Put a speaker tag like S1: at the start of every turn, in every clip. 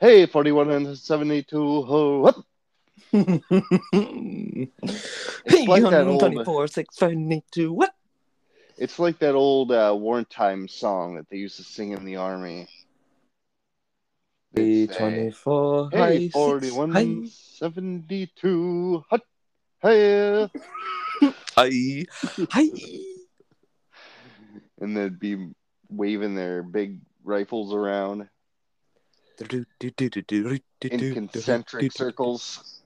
S1: Hey, 41 and 72, ho, what?
S2: hey,
S1: like that old-
S2: 124, 672, what?
S1: It's like that old uh, wartime song that they used to sing in the army.
S2: Hey,
S1: They'd say,
S2: 24,
S1: Hey,
S2: hi,
S1: 41,
S2: hi,
S1: 72, hut, hey.
S2: hi, hi.
S1: And they'd be waving their big rifles around in concentric circles.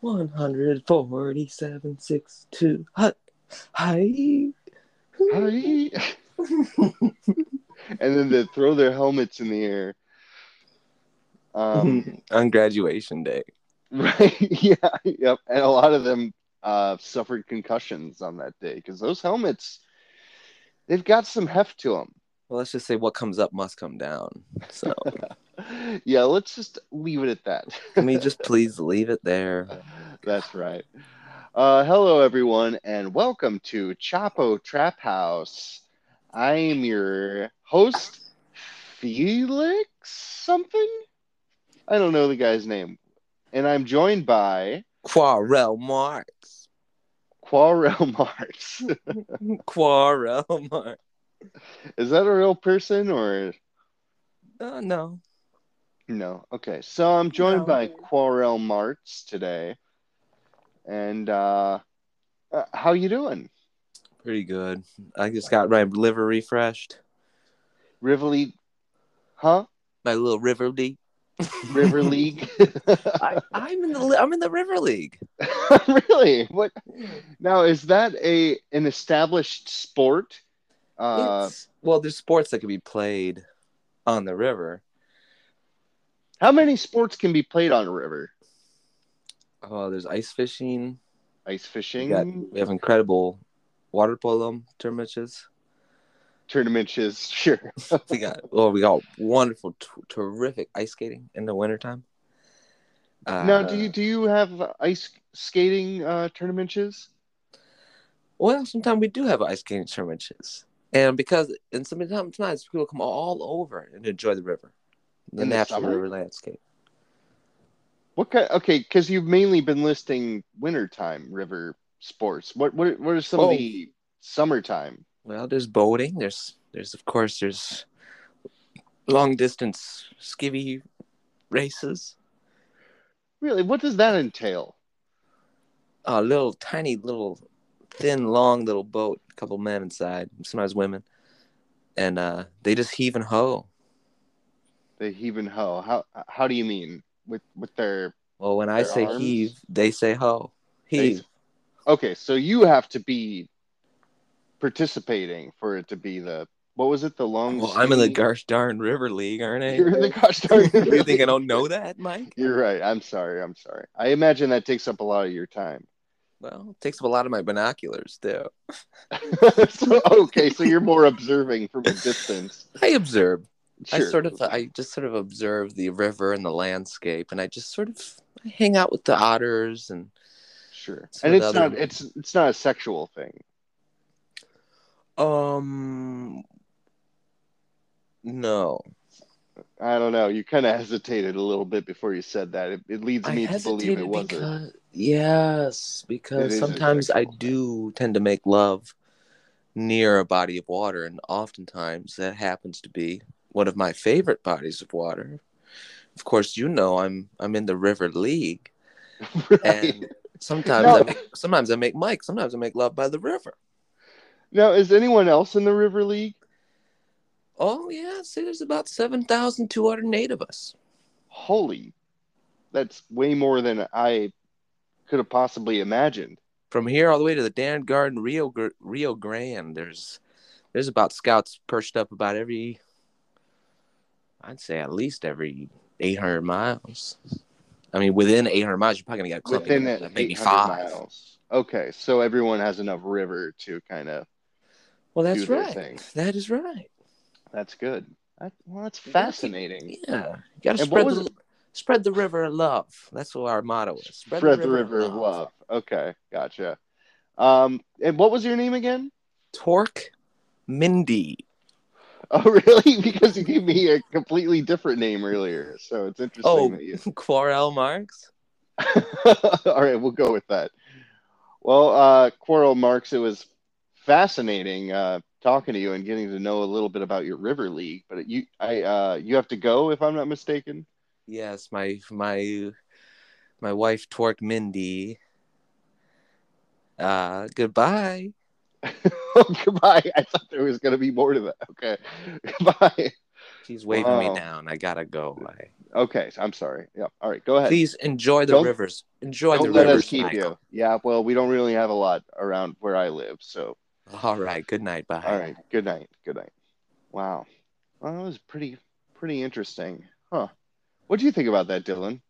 S2: 147, 6, 2, hut, hi.
S1: Hi. and then they throw their helmets in the air. Um,
S2: On graduation day.
S1: right? Yeah. Yep. And a lot of them uh, suffered concussions on that day because those helmets, they've got some heft to them.
S2: Well, let's just say what comes up must come down. So,
S1: Yeah. Let's just leave it at that.
S2: can we just please leave it there?
S1: That's right. Uh, hello, everyone, and welcome to Chapo Trap House. I am your host, Felix something. I don't know the guy's name, and I'm joined by
S2: Quarrel Marx.
S1: Quarrel Marks.
S2: Quarrel Marx.
S1: Is that a real person or
S2: Uh, no.
S1: no? Okay, so I'm joined
S2: No.
S1: by Quarrel Marks today, and uh, uh, how you doing?
S2: Pretty good. I just got my liver refreshed.
S1: Rivoli, huh?
S2: My little river league.
S1: River League.
S2: I, I'm in the li- I'm in the river league.
S1: really? What? Now is that a an established sport? Uh,
S2: It's- well, there's sports that can be played on the river.
S1: how many sports can be played on a river?
S2: Oh, there's ice fishing.
S1: Ice
S2: We,
S1: fishing
S2: got, we have incredible water polo tournaments.
S1: tournaments, is sure.
S2: We got oh, we got wonderful, t- terrific ice skating in the wintertime. Uh,
S1: now, do you do you have ice skating uh, tournaments? is?
S2: Well, sometimes we do have ice skating tournaments, and because and sometimes sometimes people come all over and enjoy the river, the
S1: In the
S2: natural
S1: summer?
S2: river landscape.
S1: What kind? Okay, because you've mainly been listing wintertime river sports. What what what are some
S2: Oh.
S1: of the summertime?
S2: Well, there's boating. There's there's of course there's long distance skivvy races.
S1: Really, what does that entail?
S2: A little tiny little thin long little boat, a couple men inside, sometimes women, and uh, they just heave and hoe.
S1: The heave and hoe. How how do you mean with with their
S2: Well, when I
S1: Their
S2: say
S1: arms?
S2: heave, they say hoe. Heave.
S1: Okay, so you have to be participating for it to be the what was it? The long.
S2: Well, I'm in the
S1: sea-
S2: gosh darn river league, aren't I?
S1: You're in the gosh darn.
S2: you think I don't know that, Mike?
S1: You're right. I'm sorry. I'm sorry. I imagine that takes up a lot of your time.
S2: Well, it takes up a lot of my binoculars, too.
S1: so, okay, so you're more observing from a distance.
S2: I observe. I
S1: Sure.
S2: sort of, I just sort of observe the river and the landscape, and I just sort of I hang out with the otters, and
S1: sure.
S2: It's
S1: And
S2: with
S1: it's
S2: other-
S1: not. It's it's not a sexual thing.
S2: um, no,
S1: I don't know. You kind of hesitated a little bit before you said that. It, it leads me to believe it wasn't.
S2: because yes,
S1: It is
S2: because
S1: a
S2: sometimes I
S1: sexual thing.
S2: do tend to make love near a body of water, and oftentimes that happens to be one of my favorite bodies of water. Of course, you know I'm I'm in the River League,
S1: Right.
S2: and sometimes
S1: No.
S2: I make, sometimes I make Mike, sometimes I make love by the river.
S1: Now, is anyone else in the River League?
S2: Oh yeah, see, there's about seven thousand two hundred eight of us.
S1: holy that's way more than i could have possibly imagined
S2: From here all the way to the Dan Garden Rio Gr- Rio Grande, there's there's about scouts perched up about every, I'd say at least every eight hundred miles. I mean, within eight hundred miles, you're probably gonna get a clump of
S1: within
S2: guys
S1: that
S2: that maybe
S1: 800
S2: five.
S1: miles okay so everyone has enough river to kind of
S2: Well, that's
S1: do their
S2: right.
S1: thing.
S2: That is right.
S1: that's good that, well that's
S2: Yeah.
S1: fascinating
S2: Yeah, you gotta
S1: And what
S2: spread
S1: was
S2: the spread the river of love. That's what our motto is.
S1: spread, the river of love okay gotcha um and what was your name again
S2: Torque Mindy.
S1: Oh, really? Because you gave me a completely different name earlier, so it's interesting
S2: Oh.
S1: that you.
S2: Quarrel Marx.
S1: All right, we'll go with that. Well, uh, Quarrel Marks, it was fascinating uh, talking to you and getting to know a little bit about your River League. But you, I, uh, you have to go if I'm not mistaken.
S2: Yes, my my my wife Twerk Mindy. Uh goodbye.
S1: Goodbye. I thought there was going to be more to that. Okay. Goodbye.
S2: She's waving
S1: Wow.
S2: me down. I gotta go. I-
S1: Okay. I'm sorry. Yeah. All right. Go ahead.
S2: Please enjoy the
S1: Don't-
S2: rivers. Enjoy
S1: Don't
S2: the
S1: let
S2: rivers.
S1: us keep
S2: Michael.
S1: you. Yeah. Well, we don't really have a lot around where I live, so.
S2: All right. Good night. Bye.
S1: All right. Good night. Good night. Wow. Well, that was pretty pretty interesting. Huh. What do you think about that, Dylan?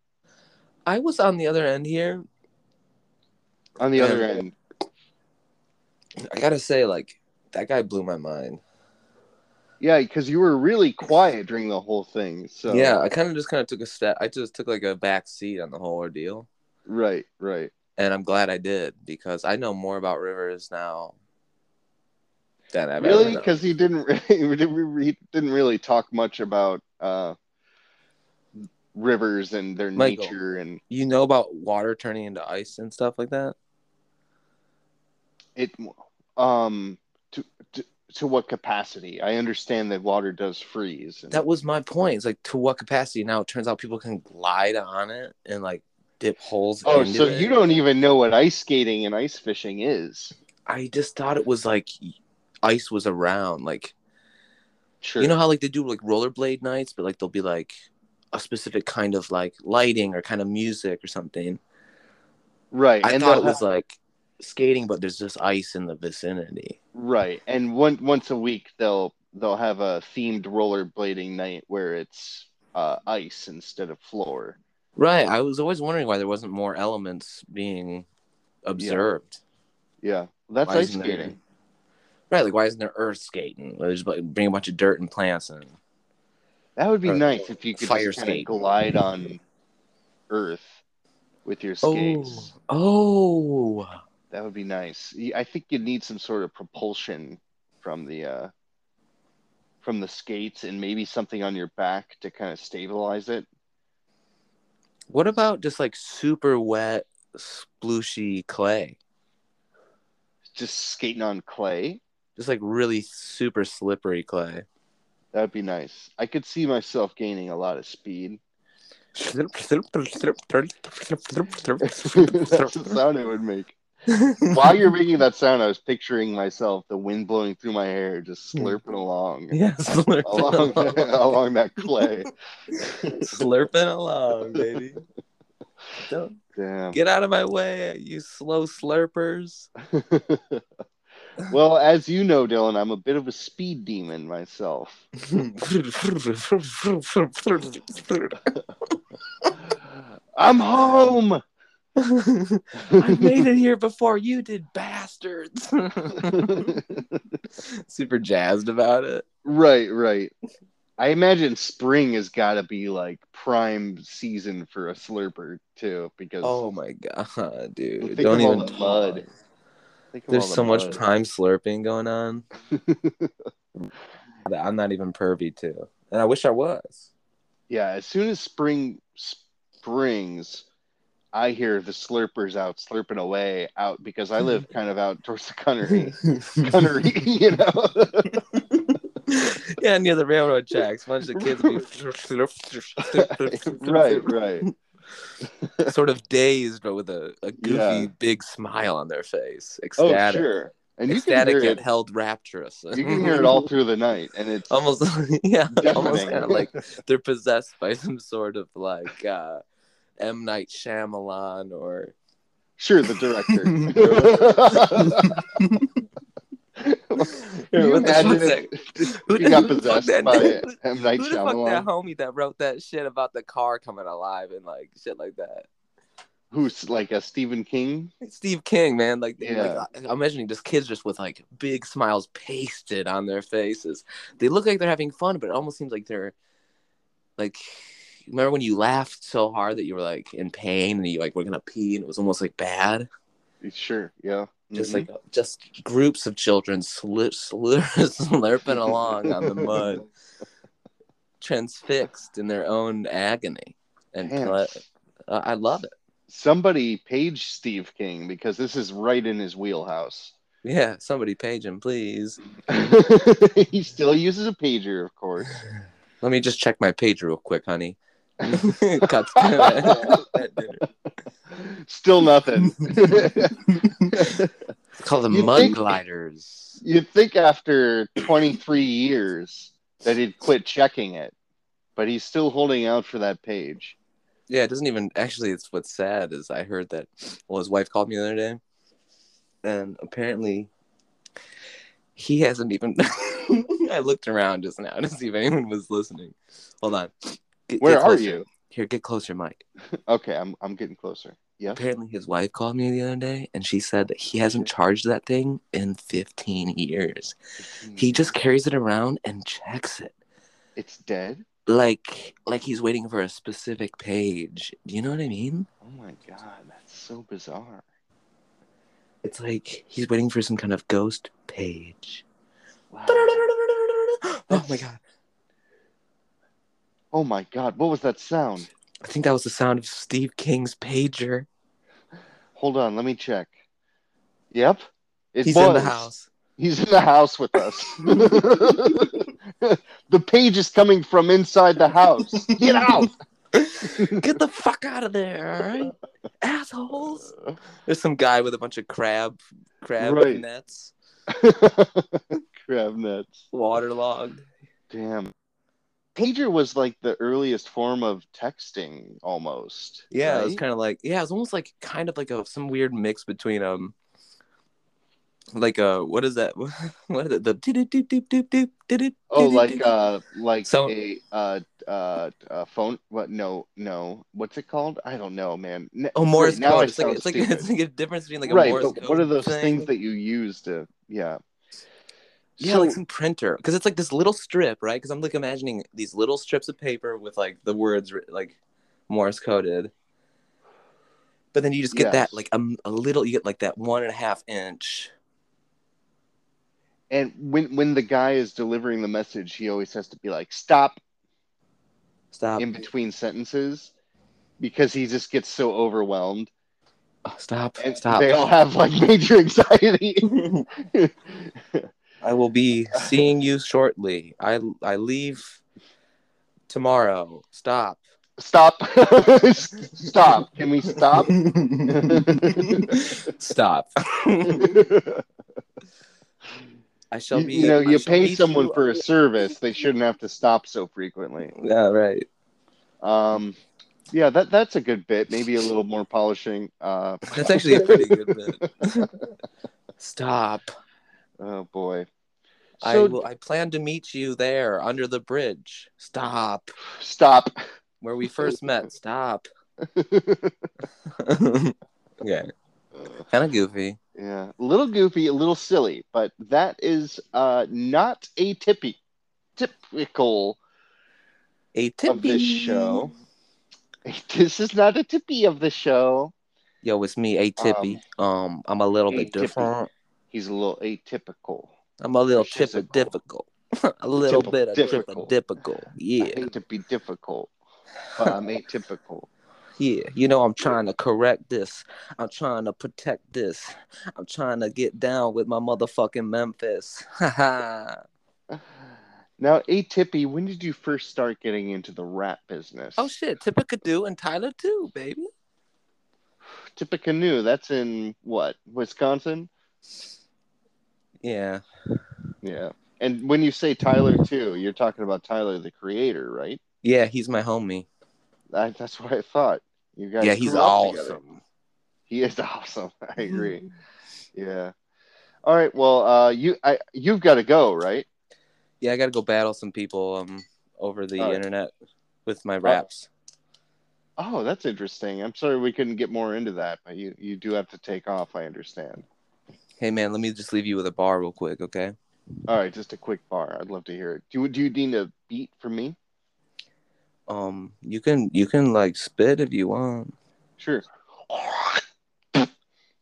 S2: I was on the other end here.
S1: On the other
S2: Yeah.
S1: end.
S2: I gotta say, like that guy blew my mind.
S1: Yeah, because you were really quiet during the whole thing. So
S2: Yeah, I kind of just kind of took a step. I just took like a back seat on the whole ordeal,
S1: Right, right.
S2: and I'm glad I did because I know more about rivers now than I've
S1: Really?
S2: ever known.
S1: Because he didn't really he didn't really talk much about uh rivers and their
S2: Michael.
S1: nature and
S2: You know about water turning into ice and stuff like that.
S1: it um to to, to what capacity. I understand that water does freeze. and-
S2: That was my point. It's like to what capacity? Now it turns out people can glide on it and like dip holes.
S1: Oh,
S2: into
S1: so
S2: it.
S1: you don't even know what ice skating and ice fishing is.
S2: I just thought it was like ice was around, like
S1: Sure.
S2: You know how like they do like rollerblade nights, but like there'll be like a specific kind of like lighting or kind of music or something.
S1: right.
S2: I
S1: and
S2: thought
S1: the-
S2: it was like skating, but there's just ice in the vicinity.
S1: right. And one once a week they'll they'll have a themed rollerblading night where it's uh, ice instead of floor.
S2: Right. I was always wondering why there wasn't more elements being observed.
S1: Yeah. That's
S2: Why
S1: ice
S2: isn't there-
S1: skating.
S2: Right. Like why isn't there earth skating? Where they just like bring a bunch of dirt and plants and
S1: That would be
S2: Or
S1: nice if you could
S2: fire
S1: just kind of
S2: skate.
S1: glide on earth with your skates.
S2: oh, oh,
S1: That would be nice. Y- I think you'd need some sort of propulsion from the uh, from the skates and maybe something on your back to kind of stabilize it.
S2: what about just like super wet, splooshy clay?
S1: Just skating on clay.
S2: Just like really super slippery clay.
S1: That would be nice. I could see myself gaining a lot of speed. That's the sound it would make. While you're making that sound, I was picturing myself, the wind blowing through my hair, just slurping along
S2: Hmm. yeah, slurping
S1: along,
S2: along,
S1: along that clay.
S2: slurping along, baby. Don't
S1: Damn.
S2: get out of my way, you slow slurpers.
S1: well, as you know, Dylan, I'm a bit of a speed demon myself. I'm home.
S2: I made it here before you did, bastards. Super jazzed about it.
S1: right, right. I imagine spring has got to be like prime season for a slurper too, because
S2: Oh my god, dude!
S1: Think
S2: Don't
S1: of all
S2: even
S1: the mud.
S2: talk.
S1: think of all
S2: There's
S1: the
S2: so much
S1: mud.
S2: prime slurping going on that I'm not even pervy to, and I wish I was.
S1: Yeah, as soon as spring springs, I hear the slurpers out slurping away out because I live kind of out towards the country, country, you know.
S2: yeah, near the railroad tracks, a bunch of kids would be
S1: right, right.
S2: sort of dazed, but with a, a goofy
S1: Yeah.
S2: big smile on their face,
S1: Oh,
S2: ecstatic,
S1: sure. And you can
S2: ecstatic
S1: hear
S2: yet
S1: it.
S2: held rapturous.
S1: You can hear
S2: Mm-hmm.
S1: it all through the night, and it's
S2: almost yeah almost
S1: deafening.
S2: kind of like they're possessed by some sort of like uh M Night Shyamalan or
S1: Sure, the director. Can
S2: Here,
S1: you
S2: what the
S1: imagine
S2: fuck's
S1: if
S2: Who
S1: you
S2: the-
S1: got
S2: who the fuck
S1: possessed
S2: that-
S1: by M. Night
S2: who the fuck that
S1: Shyamalan,
S2: homie that wrote that shit about the car coming alive and like shit like that?
S1: who's like a Stephen King.
S2: Steve King, man, like, they-
S1: Yeah.
S2: like I- I'm imagining just kids just with like big smiles pasted on their faces. They look like they're having fun, but it almost seems like they're like. Remember when you laughed so hard that you were like in pain and you like were gonna pee and it was almost like bad?
S1: Sure, yeah.
S2: just
S1: Mhm.
S2: like just groups of children slip, slip, slurping along on the mud, transfixed in their own agony. And
S1: Man,
S2: ple- uh, I love it.
S1: somebody page Steve King because this is right in his wheelhouse.
S2: Yeah, somebody page him, please.
S1: he still uses a pager, of course.
S2: Let me just check my page real quick, honey. Cuts to it. At dinner.
S1: Still nothing.
S2: It's called the
S1: You'd
S2: mud
S1: think-
S2: gliders.
S1: You'd think after 23 years that he'd quit checking it, but he's still holding out for that page.
S2: Yeah, it doesn't even actually it's what's sad is I heard that well his wife called me the other day and apparently he hasn't even I looked around just now to see if anyone was listening. Hold on. Get-
S1: Where
S2: get
S1: are
S2: closer.
S1: you?
S2: Here, get closer, Mike.
S1: Okay, I'm I'm getting closer. Yeah.
S2: Apparently his wife called me the other day and she said that he hasn't charged that thing in 15 years. He just carries it around and checks it.
S1: it's dead.
S2: Like like he's waiting for a specific page. Do you know what I mean?
S1: Oh my god, that's so bizarre.
S2: It's like he's waiting for some kind of ghost page.
S1: Wow.
S2: Oh my god.
S1: Oh my god, what was that sound?
S2: I think that was the sound of Steve King's pager.
S1: Hold on, let me check. Yep. It
S2: He's
S1: was.
S2: in the house.
S1: He's in the house with us. the page is coming from inside the house. Get out.
S2: Get the fuck out of there, all right? Assholes. There's some guy with a bunch of crab crab
S1: Right.
S2: nets,
S1: Crab nuts.
S2: waterlogged.
S1: Damn. Pager was like the earliest form of texting almost.
S2: Yeah, it was
S1: right?
S2: kind of like yeah, it was almost like kind of like a some weird mix between um like uh what is that? what is it? The doop doop doop doop doop doop.
S1: Oh, like uh, like
S2: So-
S1: a uh, uh, uh, phone. What? No, no. What's it called? I don't know, man. N-
S2: Oh, Morse
S1: Wait, now
S2: code.
S1: I
S2: It's like,
S1: sound
S2: it's, like,
S1: stupid.
S2: it's like a difference between like a
S1: right,
S2: Morse
S1: but
S2: code.
S1: what are those
S2: thing.
S1: things that you use to? Yeah.
S2: Yeah,
S1: So-
S2: like some printer, because it's like this little strip, right? Because I'm like imagining these little strips of paper with like the words writ- like Morse coded. But then you just get
S1: Yes.
S2: that like um, a little, you get like that one and a half inch.
S1: and when when the guy is delivering the message, he always has to be like stop
S2: Stop.
S1: in between sentences because he just gets so overwhelmed,
S2: Oh, stop.
S1: and
S2: Stop.
S1: they all have like major anxiety.
S2: I will be seeing you shortly. I I leave tomorrow. Stop.
S1: stop, stop. Can we stop?
S2: stop.
S1: you,
S2: I shall be.
S1: you know,
S2: I
S1: you
S2: shall
S1: pay
S2: meet
S1: someone
S2: you-
S1: for a service; they shouldn't have to stop so frequently.
S2: Yeah, right.
S1: Um, yeah, that that's a good bit. Maybe a little more polishing. Uh,
S2: That's actually a pretty good bit. Stop.
S1: oh boy.
S2: I
S1: So
S2: will, I plan to meet you there under the bridge. Stop.
S1: stop.
S2: Where we first met. Stop. yeah. Kind of goofy.
S1: Yeah, a little goofy, a little silly, but that is uh, not a tippy typical.
S2: A tippy.
S1: Of this show. This is not a tippy of the show.
S2: Yo, it's me, A Tippy. Um, I'm a little bit
S1: A-Tippy.
S2: different.
S1: He's a little atypical.
S2: I'm a little
S1: She's
S2: tippa
S1: a-
S2: difficult. a little
S1: Tippa
S2: bit of
S1: difficult.
S2: tippa difficult.
S1: I
S2: Yeah.
S1: hate to be difficult, but I'm atypical.
S2: Yeah, you know, I'm trying to correct this. I'm trying to protect this. I'm trying to get down with my motherfucking Memphis. Haha.
S1: Now, Atippy, when did you first start getting into the rap business?
S2: oh shit, Tippecadoo and Tyler too, baby.
S1: Tippecanoe, that's in what, Wisconsin?
S2: Yeah.
S1: Yeah. And when you say Tyler, too, you're talking about Tyler, the creator, right?
S2: Yeah, he's my homie.
S1: I, that's what I thought. You guys
S2: yeah, he's
S1: grew up together.
S2: awesome.
S1: He is awesome. I agree. yeah. All right. Well, uh, you I, you've got to go, right?
S2: Yeah, I gotta go battle some people um over the
S1: All right.
S2: internet with my raps.
S1: Oh, that's interesting. I'm sorry we couldn't get more into that, but you you do have to take off. I understand.
S2: Hey man, let me just leave you with a bar real quick, okay?
S1: All right, just a quick bar. I'd love to hear it. Do you do you need a beat from me?
S2: Um you can you can like spit if you want.
S1: Sure. All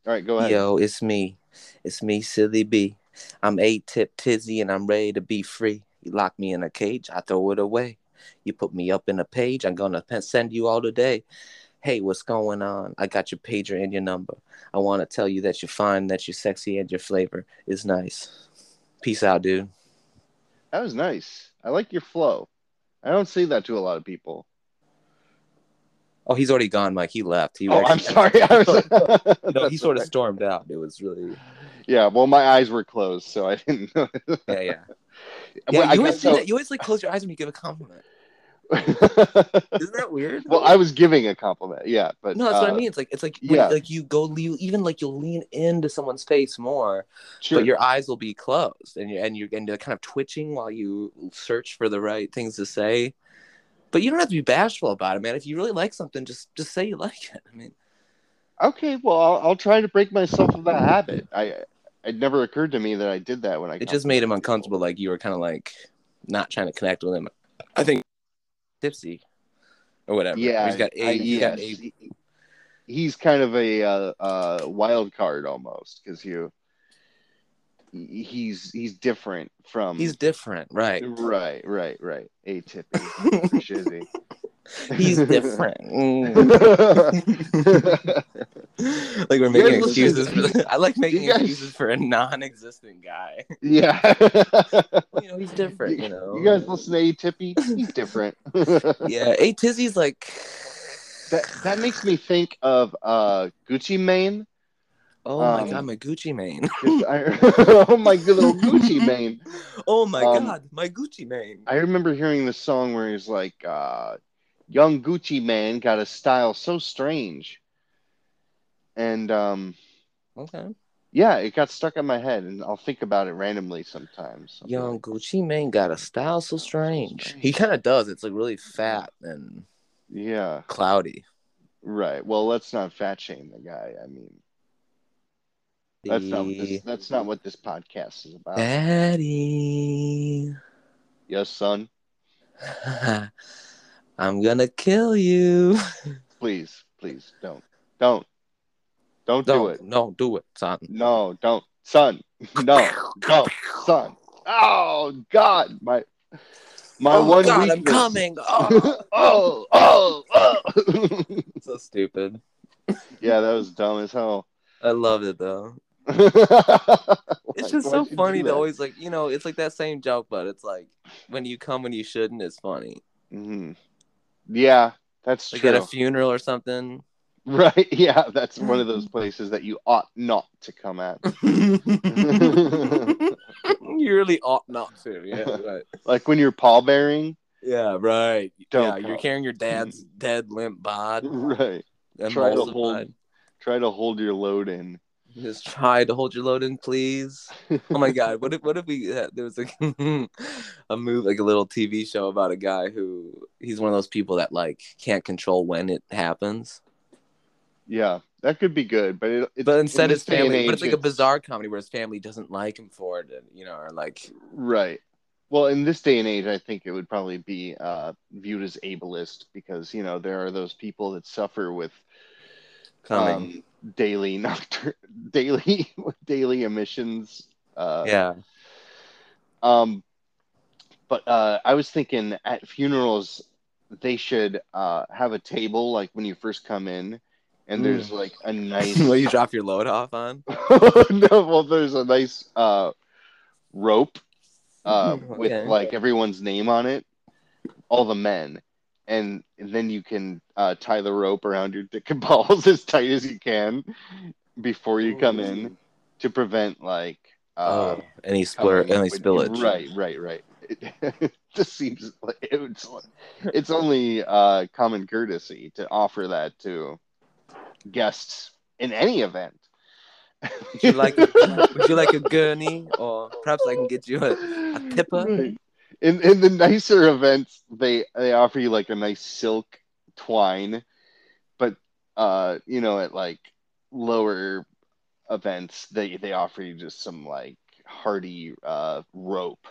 S1: right, go ahead.
S2: Yo, it's me, It's me, Silly B. I'm a tip tizzy and I'm ready to be free. You lock me in a cage, I throw it away. You put me up in a page, I'm gonna pen- send you all today. Hey, what's going on? I got your pager and your number. I wanna tell you that you're fine, that you're sexy, and your flavor is nice. Peace out, dude.
S1: That was nice. I like your flow. I don't see that to a lot of people.
S2: Oh, he's already gone, Mike. He left. He
S1: Oh, I'm
S2: actually-
S1: sorry. I was,
S2: No, he
S1: That's
S2: sort of
S1: okay.
S2: stormed out. It was really
S1: Yeah, well, my eyes were closed, so I didn't know.
S2: yeah, yeah.
S1: Well,
S2: yeah
S1: I
S2: you, always
S1: guess
S2: do
S1: so-
S2: that. you always like close your eyes when you give a compliment. Isn't that weird?
S1: well, I was giving a compliment. Yeah, but
S2: no, that's what I
S1: uh,
S2: mean. It's like it's like when-
S1: yeah.
S2: like you go you even like you'll lean into someone's face more,
S1: Sure.
S2: but your eyes will be closed and you and you and they're kind of twitching while you search for the right things to say. But you don't have to be bashful about it, man. If you really like something, just just say you like it. I mean,
S1: Okay, well, I'll, I'll try to break myself of that habit. I it never occurred to me that I did that when I
S2: it just made him uncomfortable. Like you were kind of like not trying to connect with him. I think tipsy or whatever.
S1: Yeah,
S2: he's got
S1: I-
S2: a he's got
S1: yes.
S2: a
S1: He- he's kind of a uh, uh, wild card almost because you he- he's he's different from
S2: he's different, right?
S1: right, right, right. Atypical, shizzy.
S2: he's different. Mm.
S1: different.
S2: like we're making
S1: guys listen-
S2: excuses. For, I like making
S1: You guys-
S2: excuses for a non-existent guy.
S1: yeah.
S2: you know, he's different. You know,
S1: You guys listen to A Tippy? He's different.
S2: Yeah, a Tizzy's like.
S1: that that makes me think of uh, Gucci Mane.
S2: oh
S1: um,
S2: my god, my Gucci mane.
S1: 'Cause I- oh my good little Gucci Mane.
S2: Oh my
S1: um,
S2: god, my Gucci mane.
S1: I remember hearing this song where he's like, uh, "Young Gucci Man got a style so strange," and um,
S2: Okay.
S1: yeah, it got stuck in my head, and I'll think about it randomly sometimes. I'll be
S2: Young
S1: like,
S2: Gucci mane got a style so strange.
S1: strange.
S2: He kind of does. It's like really fat and
S1: yeah,
S2: cloudy.
S1: right. Well, let's not fat shame the guy. I mean, that's not what this,
S2: The- Eh?
S1: that's not what this podcast is about.
S2: Daddy,
S1: Yes, son.
S2: I'm gonna kill you.
S1: Please, please don't, don't, don't, do
S2: Don't,
S1: it.
S2: no, do it, son.
S1: No, don't, son. No, no, son. Oh God, my my
S2: Oh
S1: one
S2: God, I'm
S1: weakness.
S2: coming. Oh,
S1: oh, oh, oh.
S2: so stupid.
S1: yeah, that was dumb as hell. Mm-hmm.
S2: I love it though. It's just so funny to always like you know, it's like that same joke, but it's like when you come when you shouldn't, it's funny.
S1: hmm Yeah, that's
S2: Like
S1: true.
S2: at a funeral or something.
S1: Right? Yeah, that's one of those places that you ought not to come at.
S2: you really ought not to. Yeah, right.
S1: Like when you're pallbearing.
S2: Yeah, right.
S1: Don't
S2: yeah,
S1: come.
S2: you're carrying your dad's dead limp bod,
S1: Right. Try to hold.
S2: emulsified.
S1: Try to hold your load in.
S2: Just try to hold your load in, please. Oh my god, what if what if we had, there was like a move like a little TV show about a guy who he's one of those people that like can't control when it happens.
S1: Yeah, that could be good, but it, it's,
S2: But instead
S1: in
S2: his
S1: this day and
S2: family but
S1: age,
S2: it's like a bizarre comedy where his family doesn't like him for it, and, you know, or like
S1: Right. Well, in this day and age, I think it would probably be uh, viewed as ableist because you know there are those people that suffer with
S2: coming.
S1: um, daily nocturne, daily daily emissions. Uh,
S2: yeah.
S1: Um, but uh, I was thinking at funerals, they should uh, have a table like when you first come in, and
S2: Mm.
S1: there's like a nice.
S2: what you drop your load off on?
S1: no, well, there's a nice uh, rope uh,
S2: Mhm,
S1: with
S2: okay.
S1: like everyone's name on it, all the men, and then you can uh, tie the rope around your dick and balls as tight as you can before you come in to prevent like uh,
S2: oh, any splur
S1: coming
S2: any
S1: with-
S2: spillage.
S1: Right, right, right. It just seems like it's, it's only uh, common courtesy to offer that to guests in any event.
S2: Would you like would you like a gurney? Or perhaps I can get you a
S1: a
S2: tipper?
S1: In in the nicer events, they they offer you like a nice silk twine, but uh, you know, at like lower events, they they offer you just some like hardy uh rope.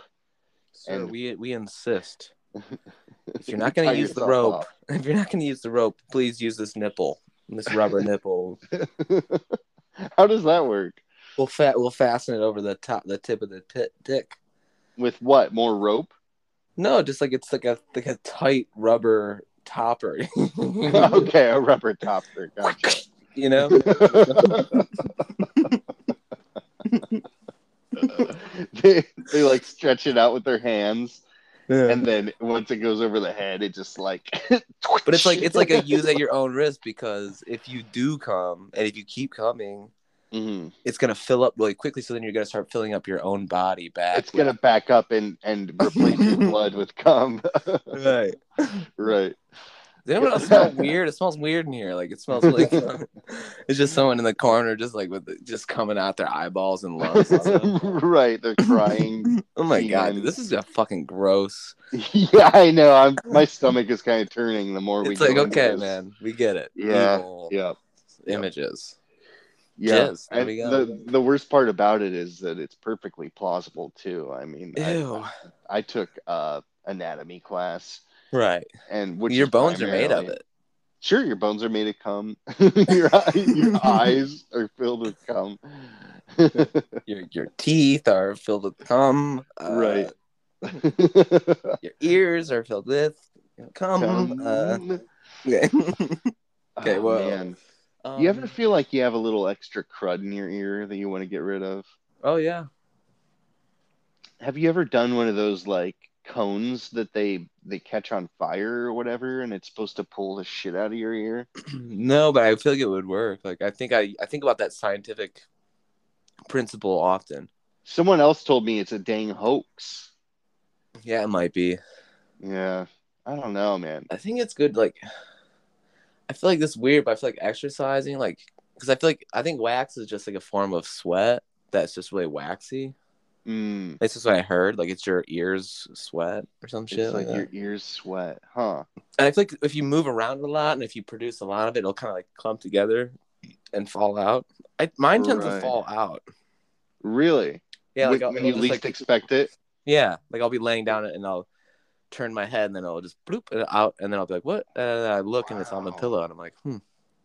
S2: Sir,
S1: And-
S2: we we insist. If you're not gonna
S1: Tie
S2: use the
S1: yourself
S2: rope,
S1: up.
S2: if you're not gonna use the rope, please use this nipple, this rubber nipple.
S1: How does that work?
S2: We'll fa- we'll fasten it over the top, the tip of the pit dick.
S1: With what? More rope?
S2: No, just like it's like a like a tight rubber topper.
S1: okay, a rubber topper. Gotcha.
S2: you know,
S1: they, they like stretch it out with their hands,
S2: and
S1: and then once it goes over the head, it just like.
S2: But it's like it's like a use at your own risk because if you do come and if you keep coming,
S1: Mhm.
S2: it's gonna fill up really quickly. So then you're gonna start filling up your own body back.
S1: It's gonna back up and and replace your blood with cum.
S2: right.
S1: right.
S2: Does anyone else smell weird? It smells weird in here. Like it smells like it's just someone in the corner, just like with just coming out their eyeballs and lungs. and stuff.
S1: right. They're crying.
S2: oh my god, dude,
S1: Demons.
S2: this is a fucking gross.
S1: yeah, I know. I'm. My stomach is kind of turning the more we.
S2: It's like
S1: go into
S2: okay,
S1: this.
S2: man, we get it.
S1: Yeah,
S2: Evil
S1: Yeah.
S2: images.
S1: Yeah.
S2: Yes, there
S1: And
S2: we go.
S1: The the worst part about it is that it's perfectly plausible too. I mean, I,
S2: Ew.
S1: I took uh anatomy class
S2: Right.
S1: and which
S2: your
S1: is
S2: bones are made of
S1: primarily-
S2: it.
S1: Sure, your bones are made of cum. your eye- your eyes are filled with cum.
S2: Your your teeth are filled with cum. Uh,
S1: Right.
S2: Your ears are filled with cum. Uh,
S1: Cum.
S2: okay,
S1: Oh,
S2: well,
S1: man.
S2: um,
S1: you ever feel like you have a little extra crud in your ear that you want to get rid of?
S2: Oh yeah.
S1: Have you ever done one of those like cones that they they catch on fire or whatever, and it's supposed to pull the shit out of your ear?
S2: No, but I feel like it would work. Like I think I I think about that scientific principle often.
S1: Someone else told me it's a dang hoax.
S2: Yeah, it might be.
S1: Yeah, I don't know, man.
S2: I think it's good. Like, I feel like this is weird, but I feel like exercising, like, because I feel like I think wax is just like a form of sweat that's just really waxy.
S1: Mm,
S2: That's just what I heard. Like, it's your ears sweat or some shit.
S1: it's
S2: like
S1: like
S2: that.
S1: your ears sweat, huh?
S2: and I feel like if you move around a lot and if you produce a lot of it, it'll kind of like clump together and fall out. I mine tends to
S1: Right.
S2: fall out.
S1: Really?
S2: Yeah, like
S1: Wh-
S2: I'll-
S1: when
S2: it'll
S1: you
S2: just,
S1: least
S2: like-
S1: expect it.
S2: Yeah, like I'll be laying down and I'll turn my head and then I'll just bloop it out and then I'll be like, "What?" And then I look and it's on the
S1: Wow.
S2: pillow and I'm like, "Hmm."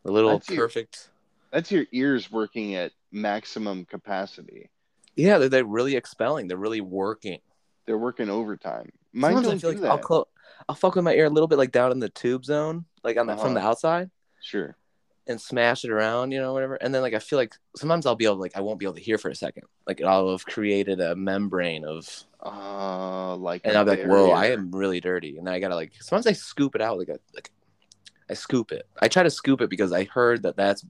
S2: A little
S1: That's you.
S2: perfect.
S1: That's your ears working at maximum capacity.
S2: Yeah, they're, they're really expelling. They're really working.
S1: They're working overtime. Mine
S2: Sometimes
S1: don't
S2: I feel
S1: do
S2: like
S1: that.
S2: I'll clo- I'll fuck with my ear a little bit, like down in the tube zone, like on the, from
S1: Uh-huh.
S2: the outside,
S1: sure.
S2: and smash it around, you know, whatever. And then like I feel like sometimes I'll be able, like I won't be able to hear for a second. Like I'll have created a membrane of,
S1: Uh, like.
S2: and
S1: a
S2: I'll be like, "Whoa,
S1: barrier.
S2: I am really dirty," and I gotta like sometimes I scoop it out, like I like I scoop it. I try to scoop it because I heard that that's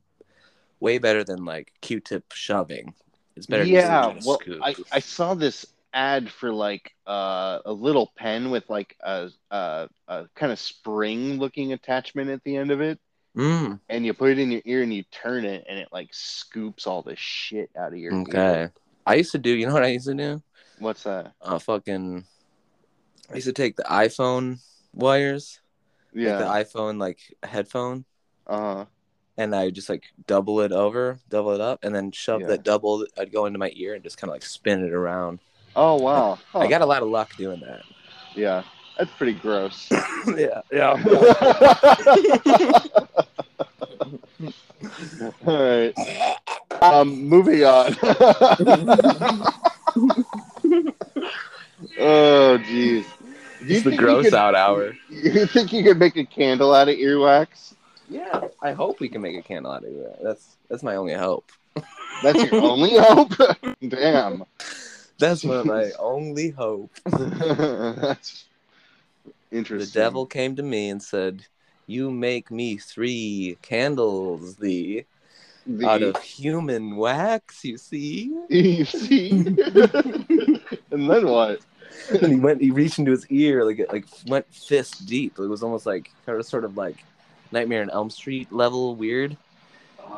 S2: way better than like Q-tip shoving. It's better. to just
S1: yeah
S2: try to
S1: well
S2: scoop.
S1: I, I saw this ad for like uh, a little pen with like a, a, a kind of spring looking attachment at the end of it
S2: Mm,
S1: and you put it in your ear and you turn it and it like scoops all the shit out of your ear.
S2: okay. I used to do. You know what I used to do?
S1: what's that
S2: uh, fucking. I used to take the iPhone wires,
S1: yeah
S2: like the iPhone like headphone,
S1: uh-huh
S2: and I would just like double it over, double it up, and then shove
S1: Yeah.
S2: that double. I'd go into my ear and just kind of like spin it around.
S1: oh wow Huh.
S2: I got a lot of luck doing that.
S1: yeah that's pretty gross
S2: yeah, yeah.
S1: all right um moving on oh jeez Do you
S2: it's the
S1: think you
S2: gross
S1: could-
S2: out hour.
S1: You think you could make a candle out of earwax?
S2: Yeah, I hope we can make a candle out of it. That's that's my only hope.
S1: That's your only hope? Damn.
S2: That's my, my only hope.
S1: That's
S2: The
S1: interesting.
S2: devil came to me and said, "You make me three candles, thee."
S1: The
S2: out of human wax, you see.
S1: EC. and then what?
S2: and he went, he reached into his ear, like it, like went fist deep. It was almost like kind of sort of like Nightmare in Elm Street level weird.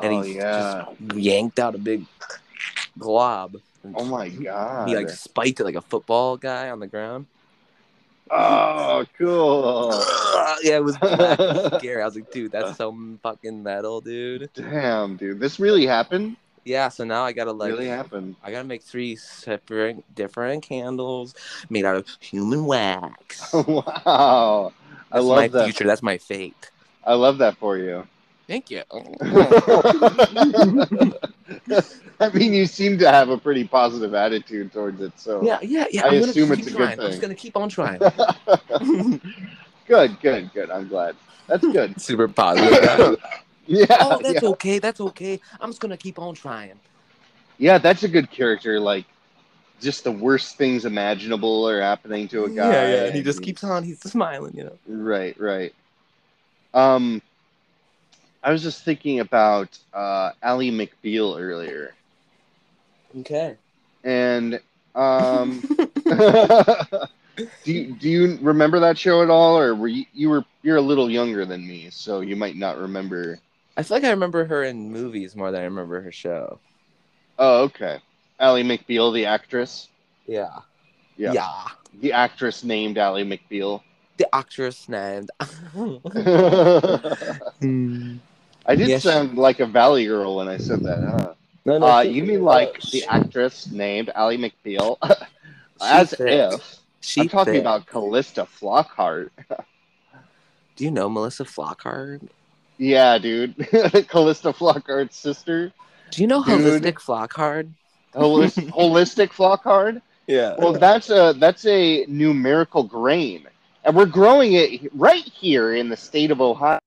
S2: And
S1: oh,
S2: he
S1: yeah.
S2: just yanked out a big glob. And
S1: Oh, my God.
S2: He like spiked it like a football guy on the ground.
S1: Oh, cool.
S2: yeah, it was black and scary. I was like, dude, that's so fucking metal, dude.
S1: Damn, dude. This really happened?
S2: Yeah, so now I gotta like
S1: really happened.
S2: I gotta make three separate different candles made out of human wax.
S1: wow. I
S2: That's
S1: love
S2: my
S1: that.
S2: future. That's my fate.
S1: I love that for you.
S2: Thank you.
S1: I mean, you seem to have a pretty positive attitude towards it, so
S2: yeah, yeah, yeah.
S1: I
S2: I'm gonna
S1: assume
S2: keep
S1: it's a good
S2: trying. I'm
S1: thing.
S2: just gonna keep on trying.
S1: good, good, good. I'm glad. That's good.
S2: Super positive.
S1: Yeah,
S2: oh,
S1: yeah.
S2: that's okay. That's okay. I'm just gonna keep on trying.
S1: yeah, that's a good character. Like, just the worst things imaginable are happening to a guy.
S2: Yeah, yeah. And he just
S1: he's-
S2: keeps on. He's smiling, you know.
S1: Right, right. Um, I was just thinking about uh, Ally McBeal earlier,
S2: Okay.
S1: and um, do you, do you remember that show at all, or were you, you were you're a little younger than me, so you might not remember?
S2: I feel like I remember her in movies more than I remember her show.
S1: Oh, okay. Ally McBeal, the actress.
S2: Yeah.
S1: Yeah.
S2: yeah.
S1: The actress named Ally McBeal.
S2: The actress named.
S1: I did
S2: Yes.
S1: sound like a Valley girl when I said that, huh?
S2: No, no,
S1: Uh,
S2: she-
S1: you mean like
S2: she-
S1: the actress named Ally McBeal?
S2: she
S1: As
S2: thick.
S1: if.
S2: She
S1: I'm talking
S2: thick.
S1: about Callista Flockhart.
S2: Do you know Melissa Flockhart?
S1: Yeah, dude. Callista Flockhart's sister.
S2: Do you know
S1: Dude.
S2: holistic Flockhart?
S1: Holis- holistic Flockhart.
S2: Yeah.
S1: Well, that's a that's a numerical grain, and we're growing it right here in the state of Ohio.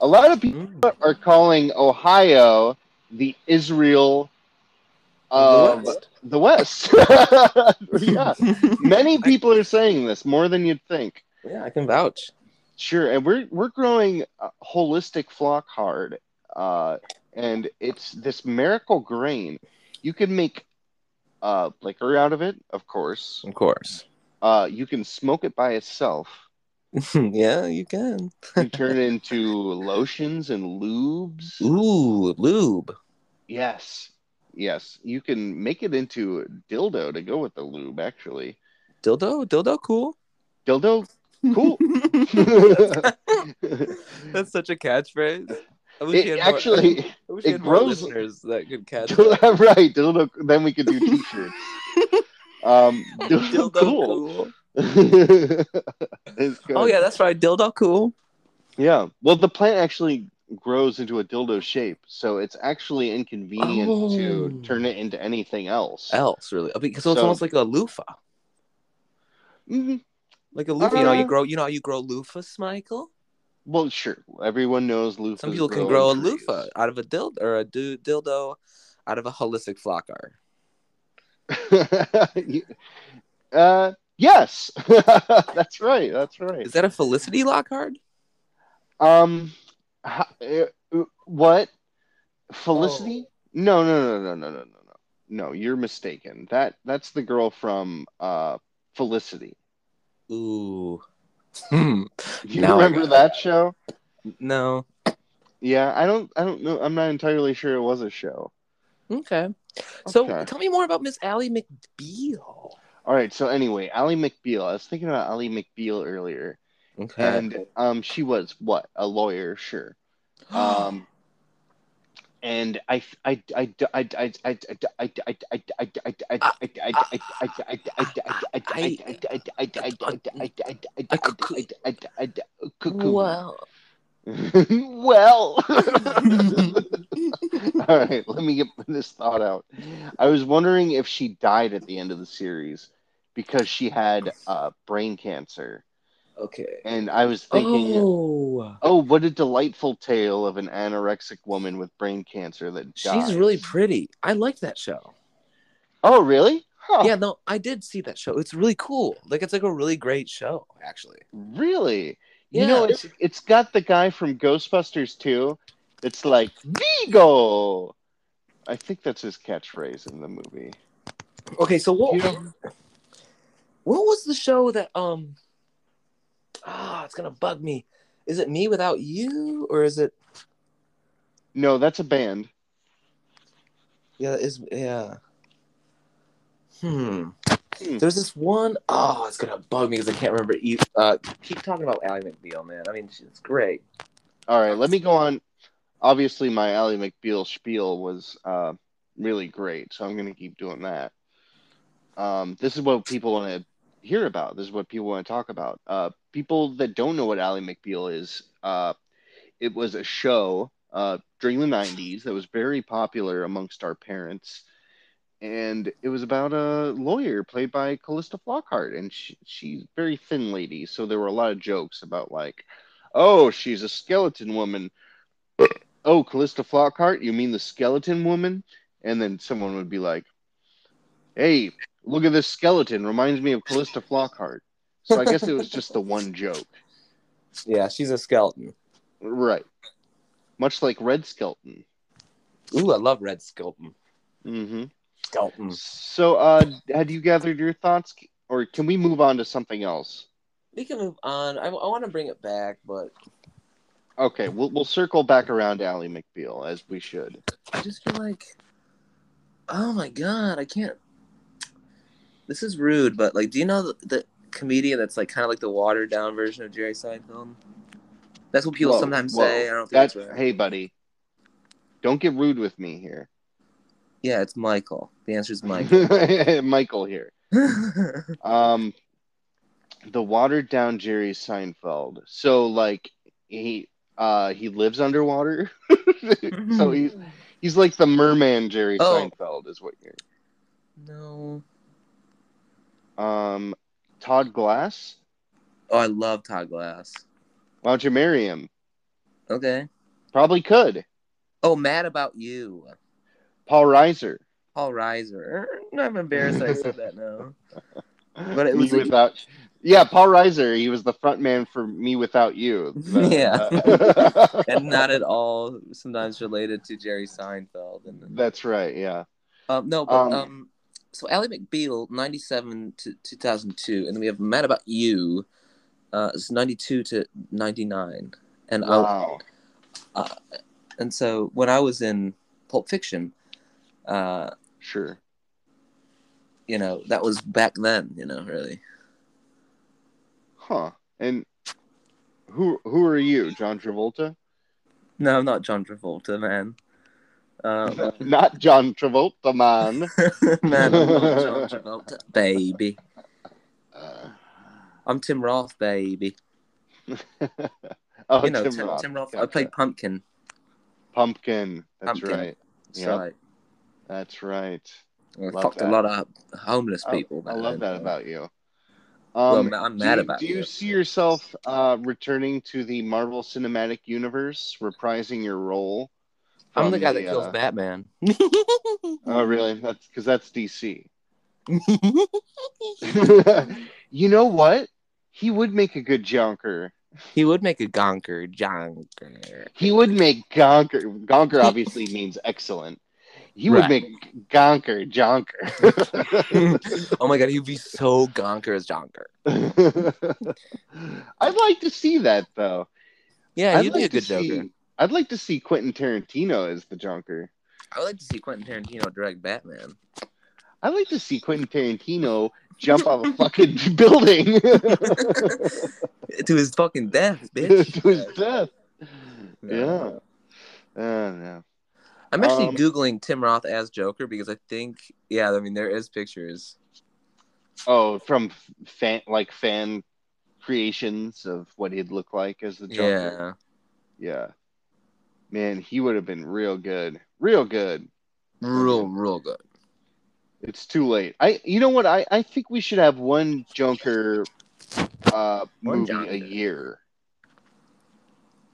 S1: A lot of people
S2: Mm.
S1: are calling Ohio the Israel of the West. um, yeah, many people are saying this more than you'd think.
S2: yeah, I can vouch.
S1: Sure, and we're we're growing uh, holistic flock hard, uh, and it's this miracle grain. You can make uh, liquor out of it, of course.
S2: Of course.
S1: Uh, you can smoke it by itself.
S2: yeah, you can.
S1: You turn it into lotions and lubes.
S2: Ooh, lube.
S1: Yes, yes. You can make it into a dildo to go with the lube. Actually,
S2: Dildo, dildo, cool.
S1: dildo, cool.
S2: That's such a catchphrase. I wish you
S1: it
S2: had more-
S1: actually.
S2: I wish
S1: it
S2: you had more
S1: grows-
S2: listeners that could catch it.
S1: right. Dildo, then we could do t-shirts. um, dildo,
S2: dildo
S1: cool.
S2: cool.
S1: It's good.
S2: Oh yeah, that's right. Dildo cool.
S1: Yeah. Well, the plant actually grows into a dildo shape, so it's actually inconvenient to
S2: Oh.
S1: turn it into anything else.
S2: Else really because it's
S1: So-
S2: almost like a loofah.
S1: Mhm.
S2: Like a loofah, you know, how you
S1: Uh,
S2: grow, you know, how you grow loofahs, Michael.
S1: Well, sure. Everyone knows loofahs.
S2: Some people can
S1: grow
S2: grow a
S1: on trees.
S2: loofah out of a dildo or a du- dildo out of a holistic flocker.
S1: uh, yes, that's right. That's right.
S2: Is that a Felicity Lockhart?
S1: Um, h- uh, what? Felicity? No, no, no, no, no, no, no, no. No, you're mistaken. That that's the girl from uh Felicity.
S2: Ooh. Hmm.
S1: You
S2: Now I
S1: remember
S2: got
S1: that show?
S2: No.
S1: Yeah, I don't, I don't know. I'm not entirely sure it was a show.
S2: Okay. So
S1: Okay.
S2: tell me more about Miss Allie McBeal.
S1: All right. So anyway, Ally McBeal. I was thinking about Ally McBeal earlier,
S2: Okay.
S1: and um, she was what a lawyer, sure. Um, and I, I, I, I, I, I, I, I, I, I, I, I, I,
S2: well.
S1: well, all right, let me get this thought out. I was wondering if she died at the end of the series because she had uh, brain cancer,
S2: okay.
S1: and I was thinking,
S2: oh.
S1: Oh, what a delightful tale of an anorexic woman with brain cancer that dies.
S2: She's really pretty. I like that show.
S1: Oh, really? Huh.
S2: Yeah, no, I did see that show. It's really cool. Like it's like a really great show, actually.
S1: Really? You
S2: Yeah.
S1: know, it's it's got the guy from Ghostbusters too. It's like Vigo. I think that's his catchphrase in the movie.
S2: Okay, so what
S1: You know-
S2: what was the show that um Ah, it's gonna bug me. Is it me without you or is it
S1: No, that's a band.
S2: yeah, is yeah. Hmm.
S1: Hmm.
S2: There's this one oh it's gonna bug me because I can't remember you uh keep talking about Ally McBeal, man. I mean she's great.
S1: All right, let me go on. Obviously, my Ally McBeal spiel was uh, really great, so I'm going to keep doing that. Um, this is what people want to hear about. This is what people want to talk about. Uh, people that don't know what Ally McBeal is, uh, it was a show uh, during the 90s that was very popular amongst our parents. And it was about a lawyer played by Callista Flockhart. And she, she's a very thin lady. So there were a lot of jokes about, like, oh, she's a skeleton woman. oh, Callista Flockhart, you mean the skeleton woman? And then someone would be like, hey, look at this skeleton. Reminds me of Callista Flockhart. So I guess it was just the one joke.
S2: Yeah, she's a skeleton.
S1: Right. Much like Red Skeleton.
S2: Ooh, I love red skeleton.
S1: hmm
S2: Skeleton.
S1: So, uh, had you gathered your thoughts, or can we move on to something else?
S2: We can move on. I, I want to bring it back, but
S1: Okay, we'll we'll circle back around Ally McBeal as we should.
S2: I just feel like, oh my god, I can't. This is rude, but like, do you know the, the comedian that's like kind of like the watered down version of Jerry Seinfeld? That's what people
S1: Whoa,
S2: sometimes
S1: whoa.
S2: say. I don't think
S1: That's
S2: that's right.
S1: hey, buddy. Don't get rude with me here,
S2: Yeah, it's Michael. The answer is Michael.
S1: Michael. Michael here. Um, the watered down Jerry Seinfeld. So like he uh he lives underwater, so he's he's like the merman Jerry
S2: Oh.
S1: Seinfeld is what you're.
S2: no.
S1: Um, Todd Glass.
S2: Oh, I love Todd Glass.
S1: Why don't you marry him?
S2: Okay.
S1: Probably could.
S2: Oh, mad about you,
S1: Paul Reiser.
S2: Paul Reiser. Er, I'm embarrassed I said that now. But it
S1: Me
S2: was a-
S1: without. Yeah, Paul Reiser. He was the front man for Me Without You. uh, The-
S2: Yeah. And not at all sometimes related to Jerry Seinfeld and
S1: That's right. Yeah.
S2: Um, no, but
S1: Um,
S2: um, so Ally McBeal, ninety-seven to two thousand two, and then we have Mad About You, uh, it's ninety-two to ninety-nine, and I-
S1: Wow.
S2: and so when I was in Pulp Fiction, uh,
S1: Sure.
S2: you know that was back then, you know, really.
S1: Huh. And who who are you, John Travolta?
S2: No, I'm not John Travolta, man. Um,
S1: Not John Travolta, man.
S2: man, I'm not John Travolta, baby.
S1: Uh,
S2: I'm Tim Roth, baby.
S1: oh,
S2: you know,
S1: Tim, Roth.
S2: Tim Roth. I
S1: Gotcha.
S2: played Pumpkin.
S1: Pumpkin. That's
S2: Pumpkin.
S1: right.
S2: So
S1: Yep.
S2: I-
S1: That's right.
S2: I
S1: Love
S2: fucked
S1: that.
S2: a lot of homeless
S1: I-
S2: people.
S1: I
S2: man.
S1: love that about you. Um,
S2: Well, I'm- I'm
S1: do
S2: mad
S1: you-
S2: about
S1: Do you
S2: you.
S1: see yourself uh, returning to the Marvel Cinematic Universe, reprising your role?
S2: I'm
S1: from
S2: the guy that kills
S1: uh,
S2: Batman.
S1: Oh, really? That's because that's DC. you know what? He would make a good Jonker.
S2: he would make a gonker, jonker.
S1: He would make Gonker. Gonker obviously means excellent. He would
S2: Right.
S1: make Gonker Jonker.
S2: oh my god, he'd be so gonker as jonker.
S1: I'd like to see that though.
S2: Yeah,
S1: I'd
S2: you'd be
S1: like
S2: a good
S1: to see-
S2: joker.
S1: I'd like to see Quentin Tarantino as the Jonker.
S2: I would like to see Quentin Tarantino direct Batman.
S1: I'd like to see Quentin Tarantino jump off a fucking building
S2: to his fucking death,
S1: to
S2: bitch.
S1: his death. Yeah.
S2: No.
S1: Oh, no.
S2: I'm actually
S1: Um,
S2: googling Tim Roth as Joker because I think, yeah, I mean there is pictures.
S1: Oh, from f- fan like fan creations of what he'd look like as the Jonker.
S2: Yeah,
S1: Yeah. Man, he would have been real good. Real good.
S2: real, real good.
S1: It's too late. I you know what? I, I think we should have one Jonker uh
S2: One
S1: movie a
S2: Jonker.
S1: year.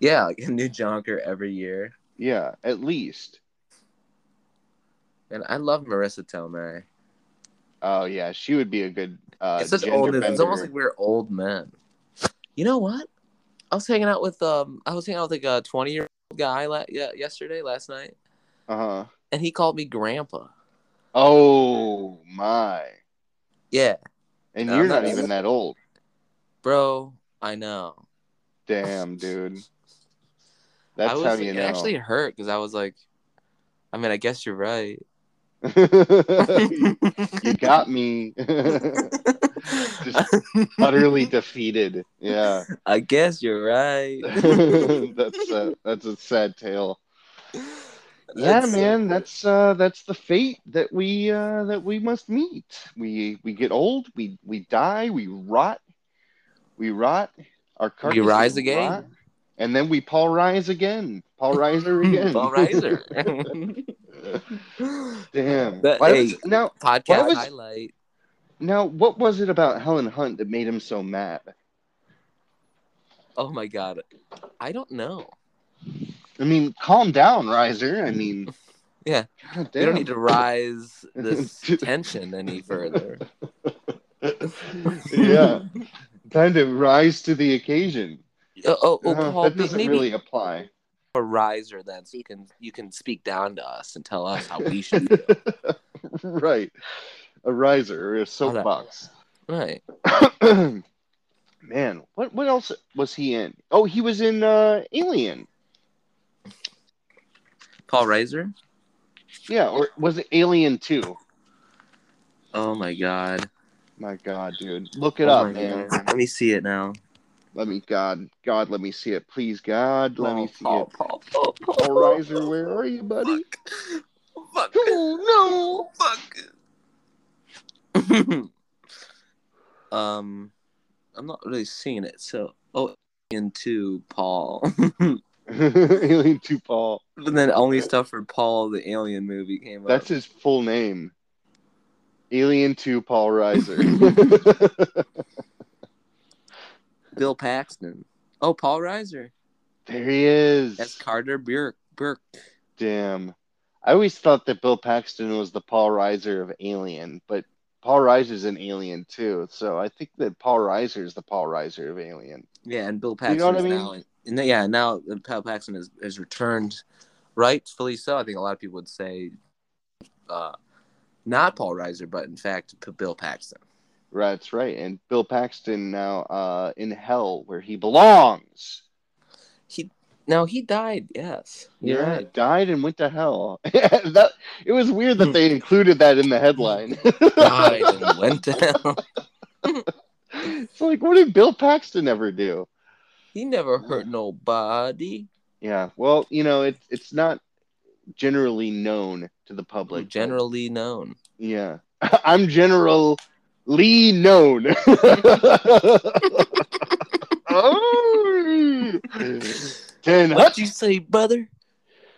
S2: Yeah, like a new Jonker every year.
S1: Yeah, at least.
S2: And I love Marissa Tomei.
S1: Oh yeah, she would be a good. Uh,
S2: it's such
S1: gender
S2: old. It's
S1: bender.
S2: almost like we're old men. You know what? I was hanging out with um. I was hanging out with like a twenty year old guy la- yeah, yesterday, last night,
S1: Uh-huh.
S2: and he called me grandpa.
S1: Oh my!
S2: Yeah,
S1: And
S2: No,
S1: you're
S2: no,
S1: not
S2: no.
S1: even that old.
S2: bro. I know.
S1: Damn, dude.
S2: I
S1: That's
S2: was,
S1: how you
S2: it
S1: know.
S2: actually hurt because I was like, I mean, I guess you're right.
S1: you got me. Just utterly defeated. Yeah,
S2: I guess you're right.
S1: that's a, that's a sad tale. Yeah,
S2: That's so
S1: man,
S2: good.
S1: that's uh, that's the fate that we uh, that we must meet. We we get old, we we die, we rot, we rot. Our
S2: rise
S1: carcasses
S2: again.
S1: rot. And then we Paul Rise again. Paul Reiser again.
S2: Paul Reiser.
S1: Damn.
S2: That-
S1: Why
S2: hey.
S1: was- now,
S2: Podcast
S1: was-
S2: highlight.
S1: now, what was it about Helen Hunt that made him so mad?
S2: Oh my god. I don't know.
S1: I mean, calm down, Riser. I mean,
S2: Yeah.
S1: God
S2: We
S1: damn.
S2: don't need to rise this tension any further. Uh,
S1: yeah, kind of rise to the occasion.
S2: Oh, oh, oh,
S1: Uh,
S2: Paul,
S1: that doesn't
S2: maybe
S1: really apply.
S2: a riser then, so you can you can speak down to us and tell us how we should feel.
S1: right. A riser or a
S2: that-
S1: soapbox.
S2: Right.
S1: Man, what what else was he in? Oh, he was in uh, Alien.
S2: Paul Reiser?
S1: Yeah, or was it Alien 2?
S2: Oh my god.
S1: My God, dude. Look it
S2: Oh
S1: up,
S2: my
S1: man.
S2: God. Let me see it now.
S1: Let me, God, God, let me see it. Please, God, let me see
S2: Oh, Paul,
S1: it.
S2: Paul, Paul, Paul,
S1: Paul Riser, where are you, buddy?
S2: Fuck. Fuck.
S1: Oh,
S2: Fuck. um, I'm not really seeing it. So, oh, into Paul.
S1: no. Alien 2 Paul.
S2: but then only stuff for Paul the Alien movie came
S1: That's
S2: up.
S1: his full name. Alien 2 Paul Reiser.
S2: Bill Paxton. Oh, Paul Reiser.
S1: there he is.
S2: That's Carter Burke. Burke.
S1: Damn. I always thought that Bill Paxton was the Paul Reiser of Alien, but Paul Reiser's an alien too. So I think that Paul Reiser is the Paul Reiser of Alien.
S2: Yeah, and Bill Paxton
S1: You know what
S2: is
S1: I mean?
S2: now. and then- yeah, now Bill Paxton is, is returned, rightfully so. I think a lot of people would say, uh, not Paul Reiser, but in fact P- Bill Paxton.
S1: Right, that's right. And Bill Paxton now uh, in hell where he belongs.
S2: No, he died. Yes, you're
S1: Yeah,
S2: right.
S1: died and went to hell. that, it was weird that they included that in the headline.
S2: Died and went down.
S1: it's like, what did Bill Paxton ever do?
S2: He never hurt nobody.
S1: Yeah. Well, you know, it, it's not generally known to the public.
S2: Generally known.
S1: Yeah. I'm generally known. oh. Ten
S2: What'd you say, brother?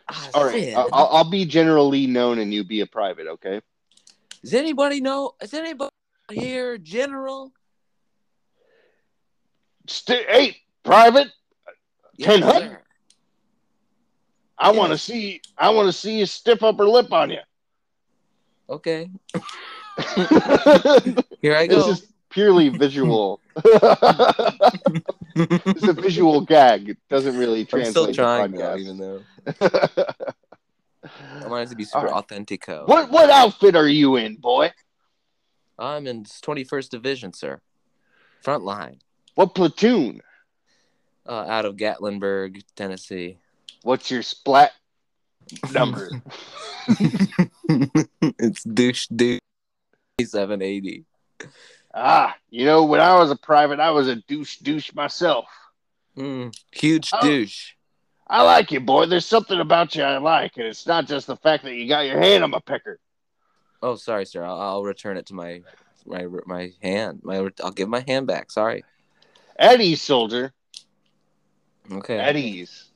S2: Ah, I
S1: All right.
S2: said,
S1: I- I'll, I'll be generally known and you be a private, okay?
S2: does anybody know? Is anybody here general?
S1: St- hey, private, Ken Hutton?
S2: sir.
S1: I want to see I want to see you stiff upper lip on you.
S2: Okay, here I
S1: this
S2: go.
S1: is purely visual. it's a visual gag. It doesn't really
S2: I'm
S1: translate.
S2: still
S1: to
S2: trying, though,
S1: podcast.
S2: even though I wanted to be super
S1: All
S2: authentico.
S1: what what outfit are you in, boy?
S2: I'm in 21st Division, sir. Front line,
S1: What platoon?
S2: uh, out of Gatlinburg, Tennessee.
S1: What's your splat number?
S2: it's douche douche 780.
S1: ah, you know, when I was a private, I was a douche douche myself.
S2: Mm, huge
S1: Oh.
S2: douche.
S1: I like you, boy. There's something about you I like, and it's not just the fact that you got your hand on my picker.
S2: Oh, sorry, sir. I'll, I'll return it to my my my hand. My I'll give my hand back. Sorry.
S1: At ease, soldier.
S2: Okay.
S1: At ease.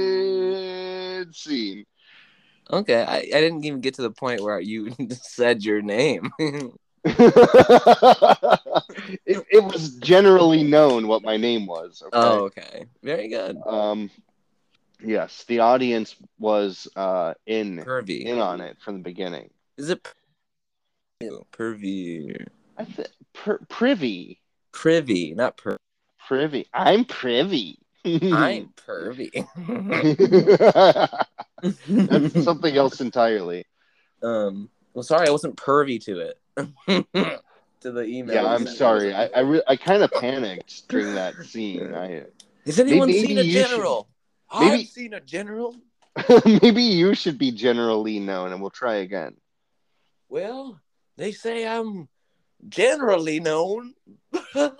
S1: And scene.
S2: Okay. I, I didn't even get to the point where you said your name. Oh,
S1: it, it was generally known what my name was. Okay?
S2: oh, okay. Very good.
S1: Um, yes, the audience was uh, in in
S2: Pervy.
S1: on it from the beginning.
S2: Is it per- pervy?
S1: I th- pr- privy,
S2: Privy, not per.
S1: privy. I'm privy.
S2: I'm pervy.
S1: That's something else entirely.
S2: um. Well, sorry, I wasn't pervy to it. to the email.
S1: Yeah,
S2: you
S1: I'm
S2: sent.
S1: sorry. I I, re- I kind of panicked during that scene. I
S2: Has anyone
S1: Maybe
S2: seen a
S1: you should-
S2: general?
S1: maybe-
S2: I've seen a general.
S1: maybe you should be generally known, and we'll try again.
S2: Well, they say I'm generally known. I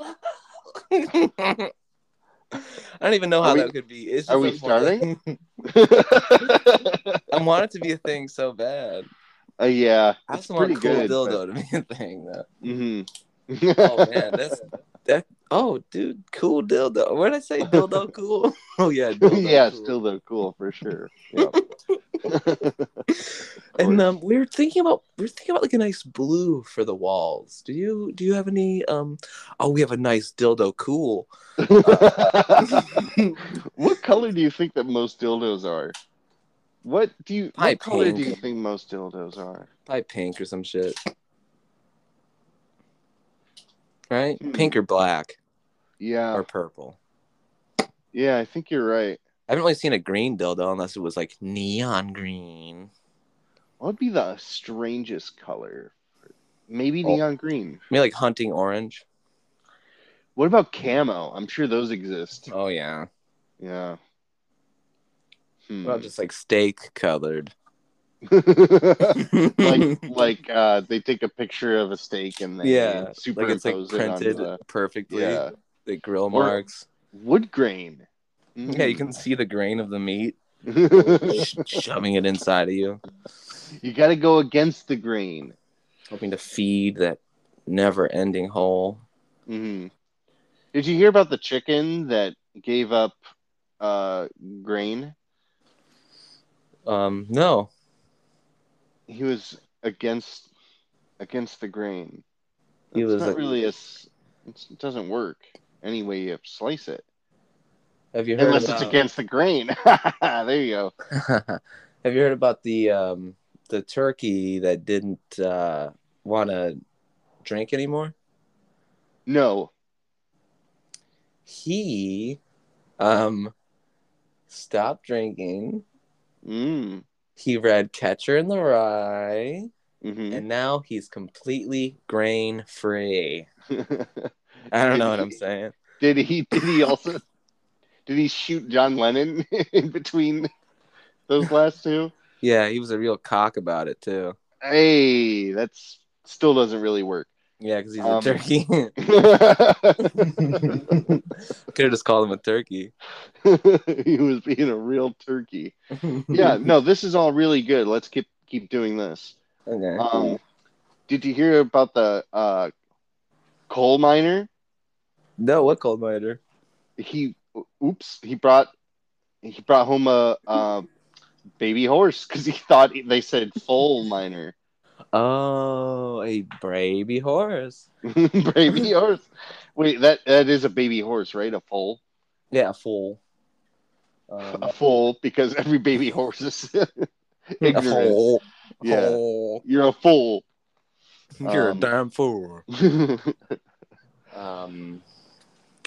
S2: don't even know
S1: Are
S2: how
S1: we-
S2: that could be. It's
S1: are
S2: just
S1: we
S2: unfortunate. I want it to be a thing so bad.
S1: Uh, yeah,
S2: I
S1: it's
S2: also want
S1: pretty
S2: cool
S1: good.
S2: dildo to be a thing though.
S1: hmm
S2: Oh man, that's that. Oh, dude, cool dildo. What did I say? Dildo cool. Oh yeah, dildo
S1: yeah,
S2: cool.
S1: still though cool for sure. Yeah.
S2: And um, we were thinking about we were thinking about like a nice blue for the walls. Do you do you have any? Um, oh, we have a nice dildo cool.
S1: what color do you think that most dildos are? What do you?
S2: Probably
S1: what color do
S2: pink.
S1: you think most dildos are?
S2: Probably pink or some shit. Right?
S1: Hmm. Oh.
S2: Pink or black
S1: Yeah,
S2: or purple.
S1: yeah, I think you're right.
S2: I haven't really seen a green dildo unless it was like neon green.
S1: What would be the strangest color? Maybe
S2: Oh.
S1: neon green.
S2: Maybe like hunting orange.
S1: What about camo? I'm sure those exist.
S2: Oh yeah.
S1: Yeah. Hmm.
S2: Well, just like steak colored.
S1: like like uh, they take a picture of a steak and they
S2: yeah, like it's
S1: superimpose
S2: like printed
S1: it on the
S2: perfectly.
S1: yeah
S2: The grill
S1: Or- Hmm.
S2: marks.
S1: wood grain.
S2: Yeah, you can see the grain of the meat
S1: can.
S2: sh- shoving it inside of you,
S1: you got to go against the grain.
S2: hoping to feed that never-ending hole. Mm-hmm.
S1: hmm Did you hear about the chicken that gave up uh, grain?
S2: Um, no.
S1: He was against against the grain.
S2: He
S1: it's
S2: was
S1: not
S2: a-
S1: really a. s- It's, it doesn't work any way you slice it,
S2: Have you heard
S1: unless
S2: about...
S1: it's against the grain. there you go.
S2: Have you heard about the um, the turkey that didn't uh, want to drink anymore?
S1: No.
S2: He um, stopped drinking. Mm-hmm.
S1: Mm.
S2: He read Catcher in the Rye,
S1: hmm
S2: and now he's completely grain free. I
S1: Did
S2: don't know what
S1: he-
S2: I'm saying.
S1: Did he? Did he also? did he shoot John Lennon in between those last two?
S2: Yeah, he was a real cock about it too.
S1: Hey, that's still doesn't really work.
S2: Yeah, because he's
S1: Um,
S2: a turkey. Could have just called him a turkey.
S1: he was being a real turkey. Yeah, no, this is all really good. Let's keep keep doing this.
S2: okay.
S1: Um, did you hear about the uh, coal miner?
S2: no, what cold miter?
S1: He, oops, he brought he brought home a, uh baby horse because he thought they said foal miner.
S2: Oh, a baby horse.
S1: baby horse. Wait, that that is a baby horse, right? A foal,
S2: Yeah, a fool.
S1: a
S2: Um,
S1: foal, because every baby horse is
S2: a
S1: ignorant.
S2: fool.
S1: Yeah.
S2: Fool.
S1: You're a fool.
S2: You're
S1: Um,
S2: a damn fool.
S1: Very
S2: Um,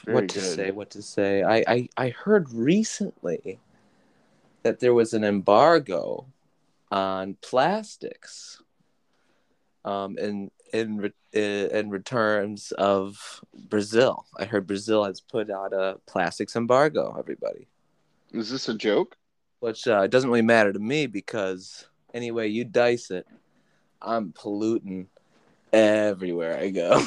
S2: what to
S1: good.
S2: say? What to say? I, I I heard recently that there was an embargo on plastics. Um, in in re- uh, in returns of Brazil, I heard Brazil has put out a plastics embargo. Everybody.
S1: Is this a joke?
S2: which uh, doesn't really matter to me because any way you dice it, I'm polluting everywhere I go.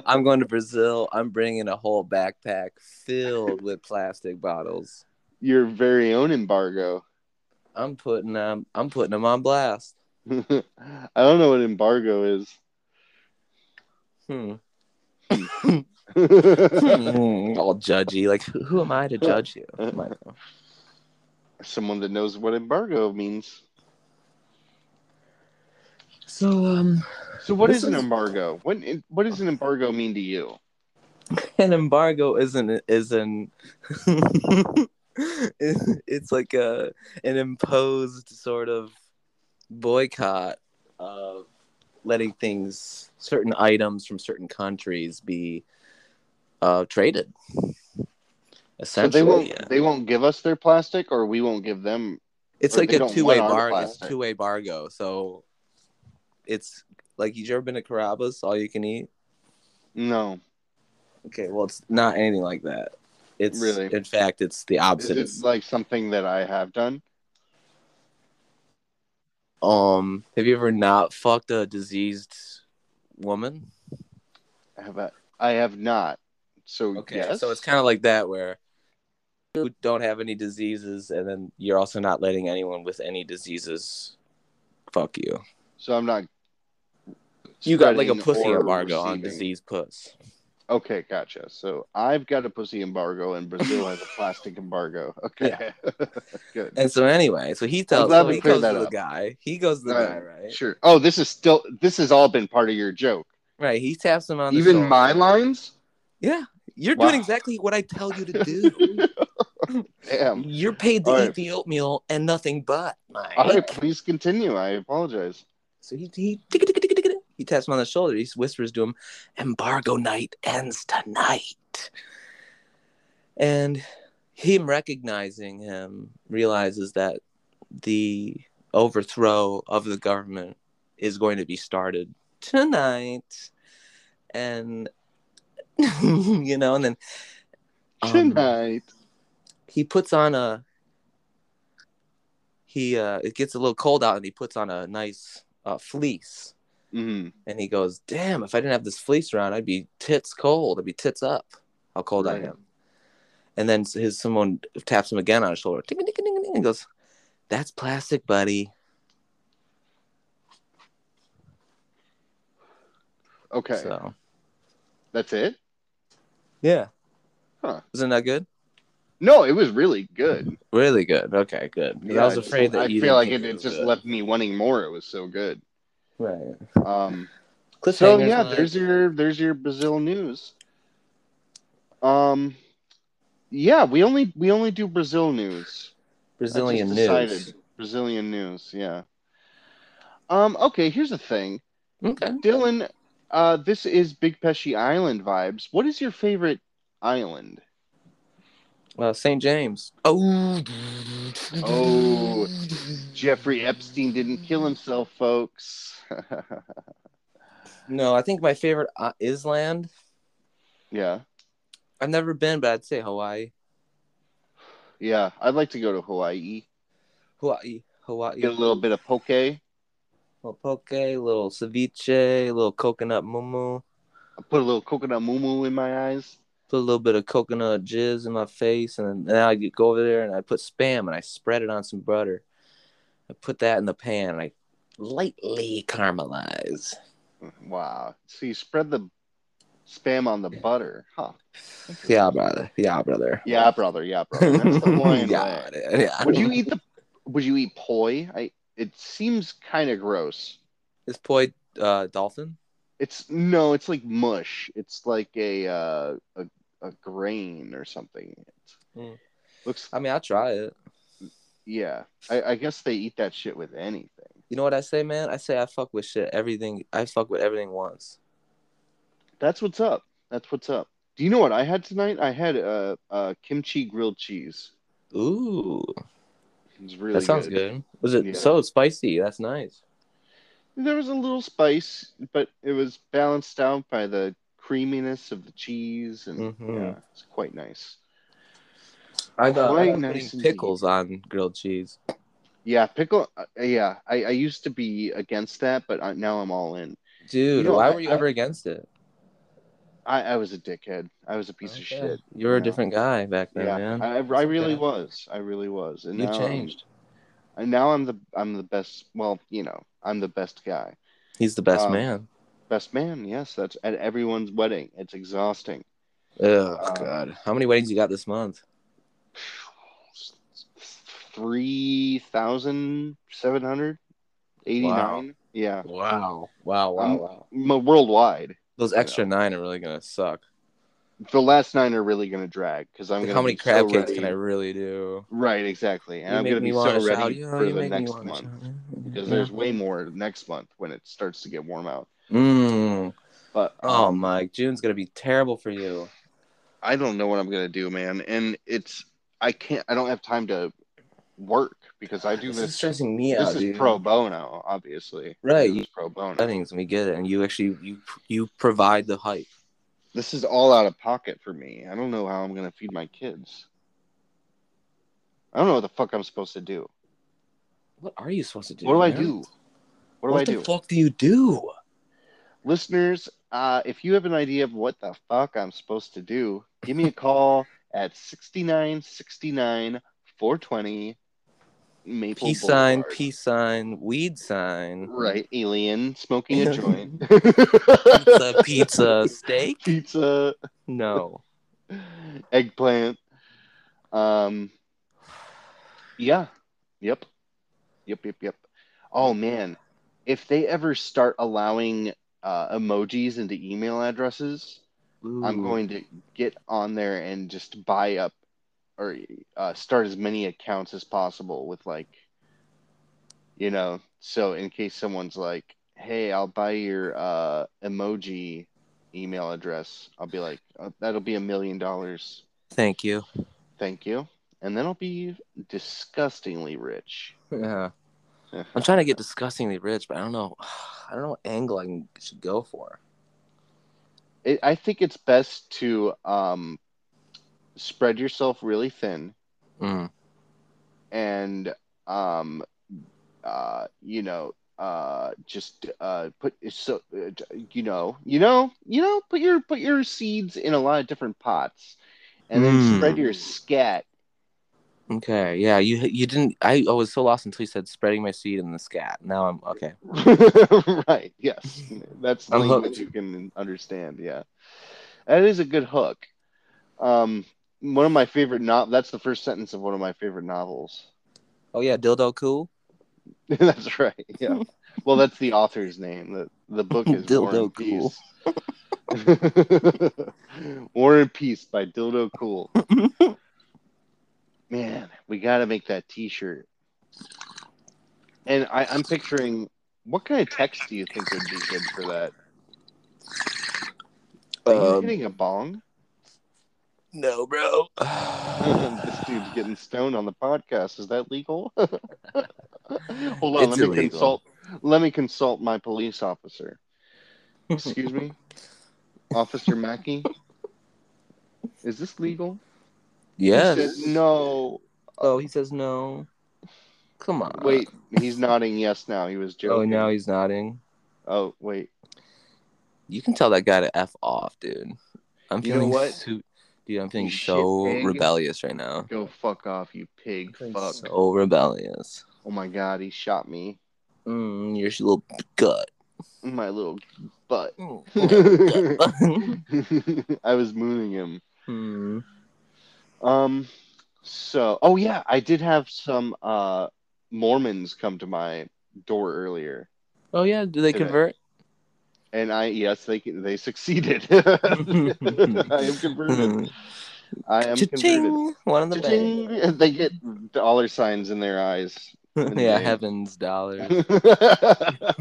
S2: I'm going to Brazil. I'm bringing a whole backpack filled with plastic bottles.
S1: Your very own embargo.
S2: I'm putting um, I'm putting them on blast.
S1: I don't know what embargo is.
S2: Hmm. Hmm, All judgy. Like who, who am I to judge you, Michael?
S1: Someone that knows what embargo means.
S2: So um,
S1: So, what
S2: This
S1: is, an
S2: is-
S1: embargo? What what does an embargo mean to you?
S2: an embargo isn't isn't it's like a an imposed sort of boycott of letting things certain items from certain countries be uh, traded
S1: So they
S2: essentially
S1: won't
S2: yeah.
S1: they won't give us their plastic, or we won't give them
S2: it's
S1: or
S2: like
S1: they
S2: a
S1: don't
S2: two-way
S1: want our
S2: bargain
S1: plastic.
S2: two-way bargo so it's like you ever been to carabas all you can eat
S1: No.
S2: okay well it's not anything like that it's
S1: Really?
S2: in fact it's the
S1: Is
S2: opposite
S1: it
S2: It's-
S1: like something that I have done?
S2: Um, have you ever not fucked a diseased woman?
S1: Have I? I have not. So
S2: Okay,
S1: yes.
S2: so it's kind of like that where you don't have any diseases, and then you're also not letting anyone with any diseases fuck you.
S1: so I'm not.
S2: You got like a
S1: spreading
S2: pussy
S1: or
S2: embargo on
S1: receiving.
S2: disease puss.
S1: Okay, gotcha. So I've got a pussy embargo, and Brazil has a plastic embargo. Okay, good.
S2: And so anyway, so he tells
S1: glad
S2: so
S1: we
S2: he
S1: cleared
S2: goes
S1: that
S2: to the
S1: up.
S2: guy. He goes to the
S1: Alright,
S2: guy, right?
S1: Sure. Oh, this is still this has all been part of your joke.
S2: Right. He taps him on the
S1: Even
S2: shoulder.
S1: my lines.
S2: Yeah. You're
S1: Wow.
S2: doing exactly what I tell you to do.
S1: Damn.
S2: You're paid to
S1: All
S2: eat
S1: right.
S2: the oatmeal and nothing but. Mike.
S1: All right, please continue. I apologize.
S2: So he he ticka, ticka, ticka, ticka. he taps him on the shoulder. He whispers to him, "Embargo night ends tonight." And him recognizing him realizes that the overthrow of the government is going to be started tonight, and you know, and then um,
S1: Tonight.
S2: he puts on a he uh it gets a little cold out and he puts on a nice uh fleece
S1: Mhm.
S2: and he goes, "Damn, if I didn't have this fleece around, I'd be tits cold. I'd be tits up. How cold
S1: Right.
S2: I am." And then his someone taps him again on his shoulder. Ding, ding, ding, ding, ding, and goes, "That's plastic, buddy."
S1: Okay,
S2: So
S1: that's it.
S2: yeah,
S1: Huh.
S2: isn't that good?
S1: No, it was really good.
S2: Really good. Okay, good. 'Cause I was
S1: just-
S2: afraid that
S1: I
S2: you
S1: feel
S2: didn't
S1: like
S2: think
S1: it, it
S2: was
S1: just
S2: good.
S1: left me wanting more. It was so good.
S2: right.
S1: Um,
S2: Cliffhangers
S1: so yeah,
S2: line.
S1: there's your there's your Brazil news. Um, yeah, we only we only do Brazil news. I just
S2: Brazilian news.
S1: decided. Brazilian news, yeah. Um, okay, here's the thing.
S2: Okay.
S1: Dylan, uh, this is Big Pesci Island vibes. What is your favorite island?
S2: Well, St. James. Oh.
S1: Oh. Jeffrey Epstein didn't kill himself, folks.
S2: No, I think my favorite uh, is land.
S1: yeah.
S2: I've never been, but I'd say Hawaii.
S1: Yeah. I'd like to go to Hawaii.
S2: Hawaii, Hawaii.
S1: Get a little bit of poke. Put
S2: little poke, little ceviche, little coconut mumu.
S1: a little coconut mumu in my eyes.
S2: Put a little bit of coconut jizz in my face, and then I go over there and I put spam and I spread it on some butter. I put that in the pan. And I lightly caramelize.
S1: Wow. So you spread the spam on the butter. Huh.
S2: Yeah, brother. Yeah, brother.
S1: Yeah, brother. Yeah, brother. That's the Hawaiian way.
S2: yeah, yeah.
S1: would you eat the would you eat poi i it seems kind of gross
S2: Is poi uh, dolphin?
S1: it's no it's like mush it's like a uh a, a grain or something It
S2: Mm.
S1: looks
S2: I mean, I try it.
S1: yeah I, I guess they eat that shit with anything
S2: You know what I say, man? I say I fuck with shit. Everything. I fuck with everything once.
S1: that's what's up that's what's up do you know what i had tonight i had uh, uh kimchi grilled cheese
S2: Ooh,
S1: it's really
S2: that sounds
S1: good.
S2: good. Was it
S1: Yeah.
S2: so spicy? That's nice.
S1: there was a little spice but it was balanced out by the creaminess of the cheese and
S2: Mhm.
S1: yeah it's quite nice
S2: I
S1: got-
S2: got
S1: Quite
S2: putting
S1: nice indeed.
S2: pickles on grilled cheese.
S1: Yeah, pickle. uh, Yeah, I, I used to be against that, but I, now I'm all in.
S2: Dude,
S1: You know,
S2: why
S1: I-
S2: were you
S1: I-
S2: ever against it?
S1: I, I was a dickhead. I was a piece
S2: Okay.
S1: of shit.
S2: You were a
S1: Yeah.
S2: different guy back then,
S1: Yeah,
S2: man.
S1: I, I really
S2: okay.
S1: was. I really was. And
S2: you
S1: now I'm-
S2: changed.
S1: and now I'm the I'm the best. Well, you know, I'm the best guy,
S2: He's the best
S1: Um,
S2: man.
S1: best man. Yes, that's at everyone's wedding. It's exhausting.
S2: Oh
S1: um,
S2: god. How many weddings you got this month?
S1: Three thousand seven hundred eighty-nine. Yeah,
S2: Wow. Wow, wow,
S1: Um,
S2: wow.
S1: M- worldwide.
S2: Those extra nine are really gonna suck.
S1: The last nine are really gonna drag because I'm
S2: Like,
S1: gonna.
S2: how many
S1: be
S2: crab
S1: so
S2: cakes
S1: ready.
S2: can I really do?
S1: Right, exactly. And
S2: You
S1: I'm
S2: make
S1: going to
S2: me
S1: be
S2: wanna
S1: so
S2: shout,
S1: ready
S2: you know,
S1: for
S2: you
S1: the
S2: make me
S1: next
S2: wanna
S1: month
S2: shout.
S1: because
S2: Yeah.
S1: there's way more next month when it starts to get warm out.
S2: Mm.
S1: But
S2: Oh
S1: um,
S2: Mike, June's gonna be terrible for you.
S1: I don't know what I'm going to do, man. And it's, I can't, I don't have time to work because I do
S2: This is
S1: this.
S2: stressing me out.
S1: This is
S2: dude.
S1: pro bono, obviously.
S2: Right,
S1: This
S2: you-
S1: is pro bono.
S2: weddings and we get it and you actually you you provide the hype.
S1: This is all out of pocket for me. I don't know how I'm going to feed my kids. I don't know what the fuck I'm supposed to do.
S2: What are you supposed to do?
S1: What do I
S2: man?
S1: do? What do
S2: what
S1: I
S2: the
S1: do?
S2: fuck do you do?
S1: listeners, uh, if you have an idea of what the fuck I'm supposed to do, give me a call at 6969 420 Maple
S2: Peace sign,
S1: Boulevard.
S2: peace sign, weed sign,
S1: Right, alien smoking a joint.
S2: pizza, pizza, steak.
S1: pizza,
S2: No,
S1: eggplant. Um, yeah. Yep. Yep. Yep. Yep. Oh man, if they ever start allowing uh, emojis into email addresses, I'm
S2: Ooh.
S1: going to get on there and just buy up or uh, start as many accounts as possible with like, you know, so in case someone's like, "Hey, I'll buy your uh, emoji email address," I'll be like, oh, "That'll be a million dollars,
S2: Thank you.
S1: thank you," and then I'll be disgustingly rich.
S2: Yeah. I'm trying to get disgustingly rich, but I don't know. I don't know what angle I can, should go for.
S1: It, I think it's best to um, spread yourself really thin.
S2: Mm.
S1: and um uh you know uh just uh put so uh, you know you know you know put your put your seeds in a lot of different pots and then
S2: Hmm.
S1: spread your scat
S2: Okay. Yeah. You you didn't. I, I was so lost until you said spreading my seed in the scat. Now I'm okay.
S1: right yes that's the
S2: I'm
S1: language
S2: hooked.
S1: you can understand yeah that is a good hook um one of my favorite no- that's the first sentence of one of my favorite novels
S2: Oh yeah, dildo cool.
S1: That's right. Yeah. well, that's the author's name. The the book is War
S2: Dildo
S1: and Peace. War and Peace by Dildo Cool. Man, we got to make that T-shirt. And I, I'm picturing what kind of text do you think would be good for that? Are you
S2: Um,
S1: hitting a bong?
S2: no, bro.
S1: this dude's getting stoned on the podcast. Is that legal? Hold on.
S2: It's
S1: let me
S2: illegal.
S1: consult. Let me consult my police officer. Excuse me, Officer Mackey. Is this legal? He
S2: yes.
S1: said no.
S2: oh, he says no. Come on.
S1: Wait, he's nodding yes now. He was
S2: Oh,
S1: joking.
S2: now he's nodding.
S1: Oh, wait.
S2: You can tell that guy to f off, dude. I'm
S1: You know
S2: feeling
S1: what?
S2: so- dude, I'm feeling
S1: You shit
S2: so
S1: pig.
S2: rebellious right now.
S1: Go fuck off, you pig.
S2: Feeling
S1: Fuck.
S2: So rebellious.
S1: Oh my god, he shot me.
S2: Mm, your little gut.
S1: in My little butt.
S2: Mm.
S1: I was mooning him.
S2: Mm.
S1: Um, so oh yeah, I did have some uh Mormons come to my door earlier,
S2: Oh yeah, do they
S1: Today.
S2: convert?
S1: and I yes they they succeeded. I am converted. I am Mm-hmm. converted.
S2: Mm-hmm. Cha-ching! One in the bank.
S1: Cha-ching! They get dollar signs in their eyes. In the
S2: yeah,
S1: bank.
S2: heavens dollars.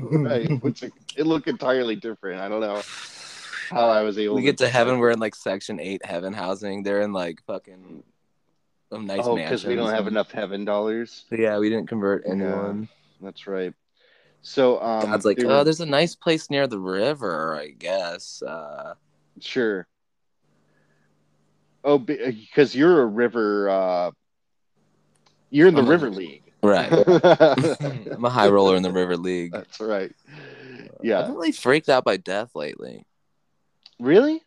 S1: right, which it looked entirely different. I don't know how I was able.
S2: we get to heaven, we're in like section eight heaven housing. They're in like fucking a nice
S1: Oh,
S2: mansions.
S1: because we don't have enough heaven dollars.
S2: But yeah, we didn't convert
S1: Yeah.
S2: anyone.
S1: That's right. So um,
S2: God's like,
S1: they were-
S2: oh, there's a nice place near the river, I guess. Uh,
S1: Sure. Oh, because you're a river. Uh, you're in the
S2: I'm a-
S1: River League.
S2: right. I'm a high roller in the River League.
S1: That's right.
S2: I've
S1: Uh, Yeah.
S2: been really freaked out by death lately.
S1: Really?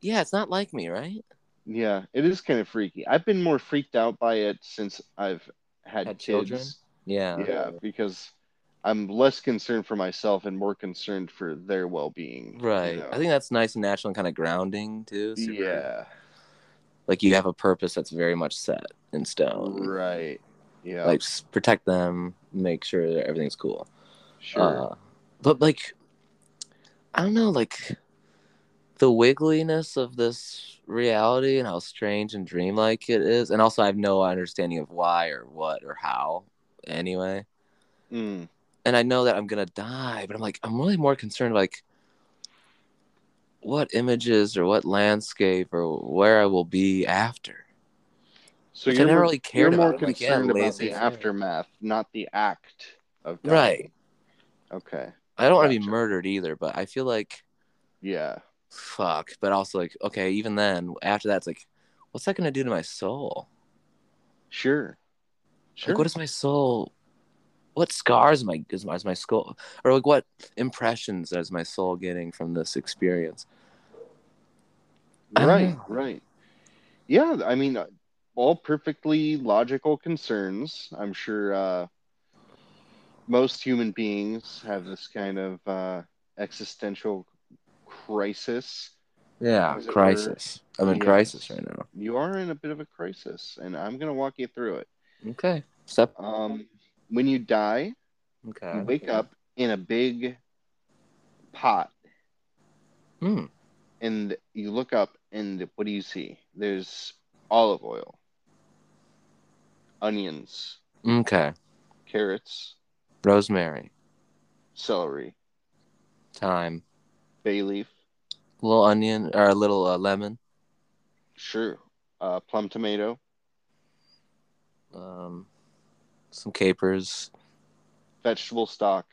S2: Yeah, it's not like me, right?
S1: Yeah. It is kind of freaky. I've been more freaked out by it since I've had,
S2: Had
S1: kids.
S2: children? Yeah.
S1: Yeah, because I'm less concerned for myself and more concerned for their well-being. you
S2: Right.
S1: know?
S2: I think that's nice and natural and kind of grounding too. Super-
S1: yeah.
S2: Like you have a purpose that's very much set in stone.
S1: Right. Yeah.
S2: Like s- protect them, make sure that everything's cool.
S1: sure.
S2: Uh, but like, I don't know, like the wiggliness of this reality and how strange and dreamlike it is, and also I have no understanding of why or what or how. Anyway,
S1: Mm,
S2: and I know that I'm gonna die, but I'm like, I'm really more concerned like what images or what landscape or where I will be after.
S1: So
S2: Which I
S1: you're
S2: never
S1: more,
S2: really
S1: you're
S2: cared
S1: more
S2: about it. Like, yeah,
S1: concerned about
S2: lazy
S1: the
S2: shit.
S1: aftermath, not the act of dying.
S2: Right.
S1: Okay.
S2: I don't want to be
S1: Gotcha.
S2: murdered either, but I feel like
S1: Yeah.
S2: fuck. But also like, okay, even then, after that, it's like, what's that gonna do to my soul?
S1: Sure. Sure.
S2: Like, what is my soul? What scars am I, is my is my soul, or like what impressions is my soul getting from this experience? I don't
S1: right.
S2: know.
S1: Right. Yeah. I mean, uh, all perfectly logical concerns. I'm sure uh, most human beings have this kind of uh, existential crisis.
S2: Yeah,
S1: As it
S2: crisis. I'm in
S1: Yes.
S2: crisis right now.
S1: You are in a bit of a crisis, and I'm going to walk you through it.
S2: Okay. Step.
S1: Um, when you die,
S2: Okay.
S1: you wake up in a big pot,
S2: Hmm.
S1: and you look up, and what do you see? There's olive oil, onions,
S2: Okay.
S1: carrots,
S2: Rosemary.
S1: celery,
S2: Thyme.
S1: bay leaf,
S2: A little onion or a little uh, lemon.
S1: sure, uh, plum tomato,
S2: Um, some capers.
S1: vegetable stock,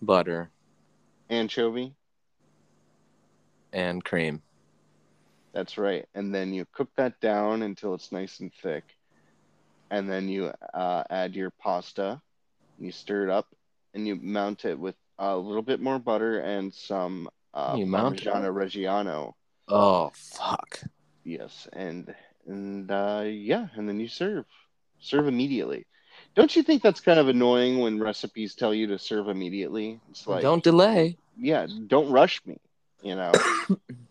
S2: Butter
S1: anchovy.
S2: and cream.
S1: That's right. And then you cook that down until it's nice and thick. And then you uh, add your pasta. You stir it up and you mount it with a little bit more butter and some uh,
S2: You mount it?
S1: Parmigiano Reggiano.
S2: Oh fuck.
S1: Yes. And, and uh, yeah. And then you serve. Serve immediately. Don't you think that's kind of annoying when recipes tell you to serve immediately? It's like,
S2: Don't delay.
S1: yeah, don't rush me, you know?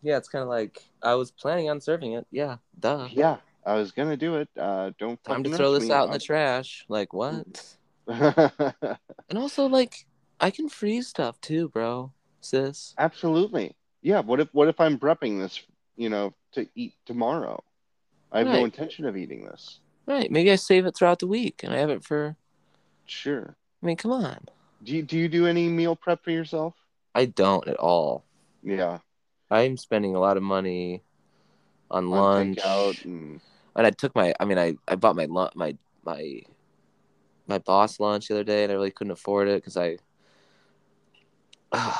S2: Yeah, it's kind of like I was planning on serving it. Yeah, duh.
S1: yeah. I was gonna do it. Uh, don't
S2: Time to
S1: fucking uh,
S2: throw
S1: rush
S2: this
S1: me.
S2: out in the trash. Like what? And also, like I can freeze stuff too, bro, sis.
S1: Absolutely. Yeah. What if what if I'm prepping this, you know, to eat tomorrow? I have
S2: Right.
S1: no intention of eating this.
S2: Right? Maybe I save it throughout the week and I have it for.
S1: Sure.
S2: I mean, come on.
S1: Do you, do you do any meal prep for yourself?
S2: I don't at all.
S1: Yeah.
S2: I'm spending a lot of money on,
S1: On
S2: lunch.
S1: takeout and
S2: and I took my I mean I I bought my lunch my my my boss lunch the other day and I really couldn't afford it because I I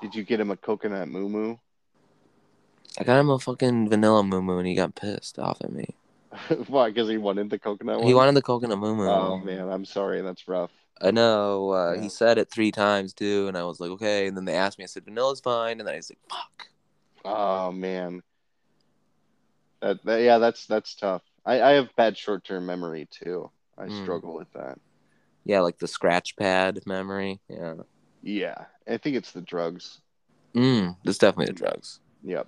S1: did you get him a coconut moo moo?
S2: got him a fucking vanilla moo moo and he got pissed off at me.
S1: Why? Because he wanted the coconut
S2: He
S1: one?
S2: wanted the coconut moo moo.
S1: Oh man, I'm sorry, that's rough.
S2: I know. Uh,
S1: Yeah.
S2: He said it three times too, and I was like, okay. And then they asked me. I said vanilla's fine, and then I was like, fuck.
S1: Oh man. That, that yeah, that's that's tough. I, I have bad short term memory too. I
S2: Mm.
S1: struggle with that.
S2: Yeah, like the scratch pad memory. Yeah.
S1: Yeah. I think it's the drugs.
S2: Mm, that's definitely the drugs.
S1: Yep.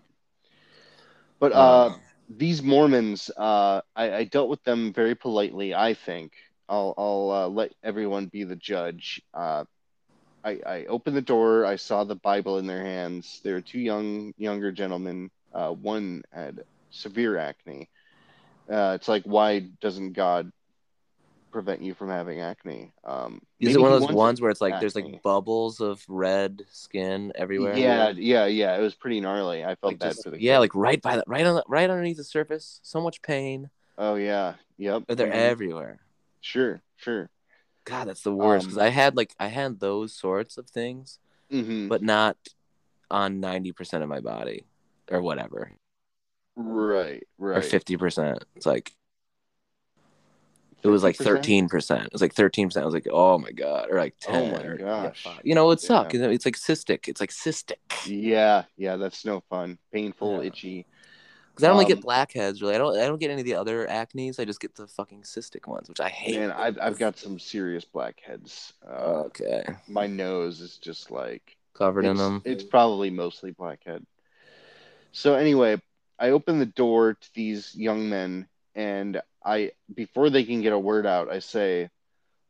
S1: But uh,
S2: Uh,
S1: these Mormons, uh, I, I dealt with them very politely. I think I'll, I'll uh, let everyone be the judge. Uh, I, I opened the door. I saw the Bible in their hands. There were two young younger gentlemen. Uh, one had severe acne. Uh, it's like, why doesn't God prevent you from having acne? Um,
S2: Is
S1: maybe
S2: it one of
S1: he
S2: those
S1: wants
S2: ones where it's like there's
S1: acne.
S2: like bubbles of red skin everywhere?
S1: Yeah, yeah, yeah. It was pretty gnarly. I felt
S2: Like
S1: bad
S2: just-
S1: for the
S2: yeah,
S1: kid.
S2: like right by the right on the, right underneath the surface. So much pain.
S1: oh yeah, yep.
S2: But They're
S1: Mhm.
S2: everywhere.
S1: Sure, sure.
S2: God, that's the worst.
S1: Um,
S2: Because I had like I had those sorts of things,
S1: hmm
S2: but not on ninety percent of my body or whatever,
S1: Right, right.
S2: or fifty percent. It's like it was like
S1: 50%?
S2: thirteen percent. It was like thirteen percent. I was like, oh my god, or like
S1: Oh
S2: ten.
S1: my
S2: or-
S1: gosh.
S2: yeah, fuck. you know, it
S1: Yeah.
S2: sucks. It's like cystic. It's like cystic.
S1: Yeah, yeah, that's no fun. Painful,
S2: Yeah.
S1: itchy.
S2: Because I don't like
S1: Um,
S2: get blackheads really. I don't. I don't get any of the other acnes. I just get the fucking cystic ones, which I hate.
S1: Man, I've I've got some serious blackheads. Uh,
S2: okay
S1: my nose is just like
S2: covered in
S1: it's,
S2: them.
S1: it's probably mostly blackhead. So anyway, I open the door to these young men, and I before they can get a word out, I say,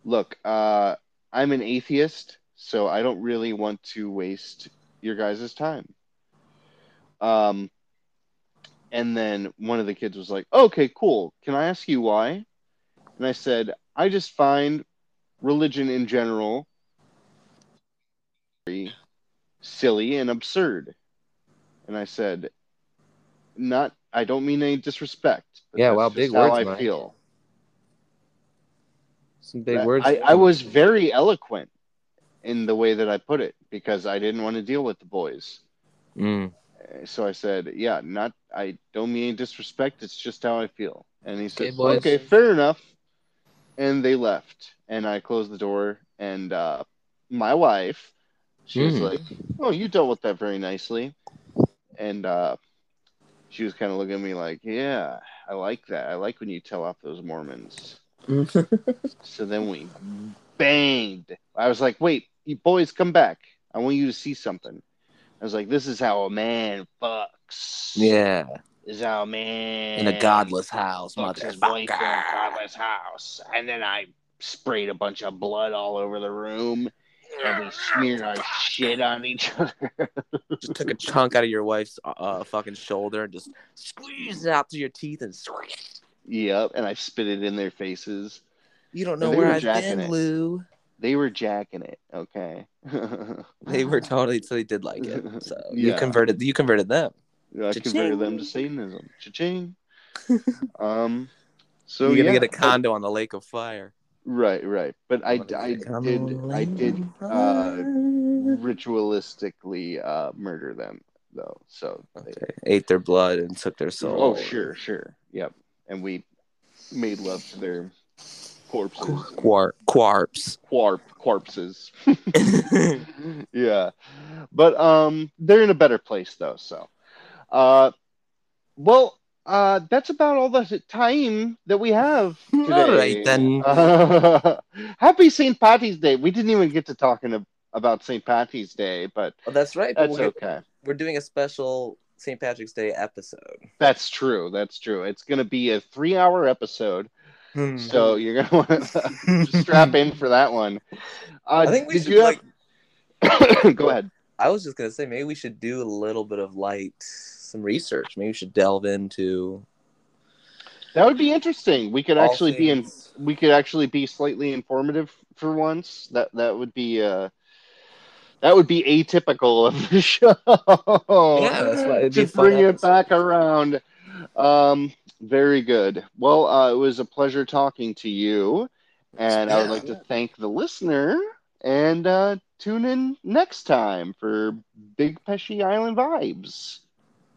S1: "Look, uh, I'm an atheist, so I don't really want to waste your guys' time." Um, and then one of the kids was like, "Okay, cool. Can I ask you why?" And I said, "I just find religion in general very silly and absurd." And I said, "Not. I don't mean any disrespect. but
S2: Yeah,
S1: that's
S2: wow,
S1: just
S2: big
S1: how
S2: words,
S1: I
S2: Mike.
S1: feel.
S2: Some big
S1: That-
S2: words.
S1: I, I was very eloquent in the way that I put it because I didn't want to deal with the boys.
S2: Mm.
S1: so I said, "Yeah, not. I don't mean any disrespect. It's just how I feel." And he
S2: Okay,
S1: said,
S2: boys.
S1: "Okay, fair enough." And they left, and I closed the door. And uh, my wife, she was
S2: Mm.
S1: like, "Oh, you dealt with that very nicely." And uh, she was kind of looking at me like, "Yeah, I like that. I like when you tell off those Mormons." so then we banged. I was like, "Wait, you boys, come back. I want you to see something." I was like, "This is how a man fucks."
S2: yeah.
S1: This is how a man
S2: In a godless house,
S1: fucks his wife in a
S2: motherfucker.
S1: godless house, and then I sprayed a bunch of blood all over the room, and we smeared our shit on each other.
S2: Just took a chunk out of your wife's uh, fucking shoulder and just squeezed it out through your teeth and squeeze.
S1: Yep, and I spit it in their faces.
S2: You don't know
S1: They
S2: where
S1: were
S2: I've
S1: jacking
S2: been,
S1: it.
S2: Lou.
S1: They were jacking it, okay.
S2: They were totally so they did like it. So you
S1: Yeah.
S2: converted you converted them.
S1: I converted them to Satanism. Cha-ching. um, so
S2: You're gonna
S1: yeah.
S2: get a condo on the Lake of Fire.
S1: Right, right. But I, I did, I did uh, ritualistically uh, murder them though. So they,
S2: Okay. Ate their blood and took their soul.
S1: oh sure, sure, yep. And we made love to their corpses,
S2: Quar- quarps.
S1: quarp corpses. yeah but um they're in a better place though so uh well uh that's about all the time that we have today
S2: All right, then.
S1: happy st patty's day we didn't even get to talking ab- about st patty's day but
S2: Oh, that's right. but
S1: Uh, that's
S2: we're,
S1: okay
S2: we're doing a special St. Patrick's Day episode.
S1: that's true that's true it's gonna be a three hour episode
S2: Hmm. Mm-hmm.
S1: so you're gonna want to strap in for that one uh
S2: I think we
S1: did
S2: should
S1: you
S2: like.
S1: have... go ahead
S2: I was just gonna say maybe we should do a little bit of light, some research. Maybe we should delve into.
S1: that would be interesting we could
S2: all
S1: actually be in
S2: things-
S1: we could actually be slightly informative for once. That that would be uh that would be atypical of the show.
S2: Yeah, that's why it'd be a
S1: Just
S2: fun
S1: bring it
S2: episode.
S1: back around. Um, very good. Well, uh, it was a pleasure talking to you, and I would
S2: Yeah.
S1: like to thank the listener. And uh, tune in next time for Big Pesci Island vibes.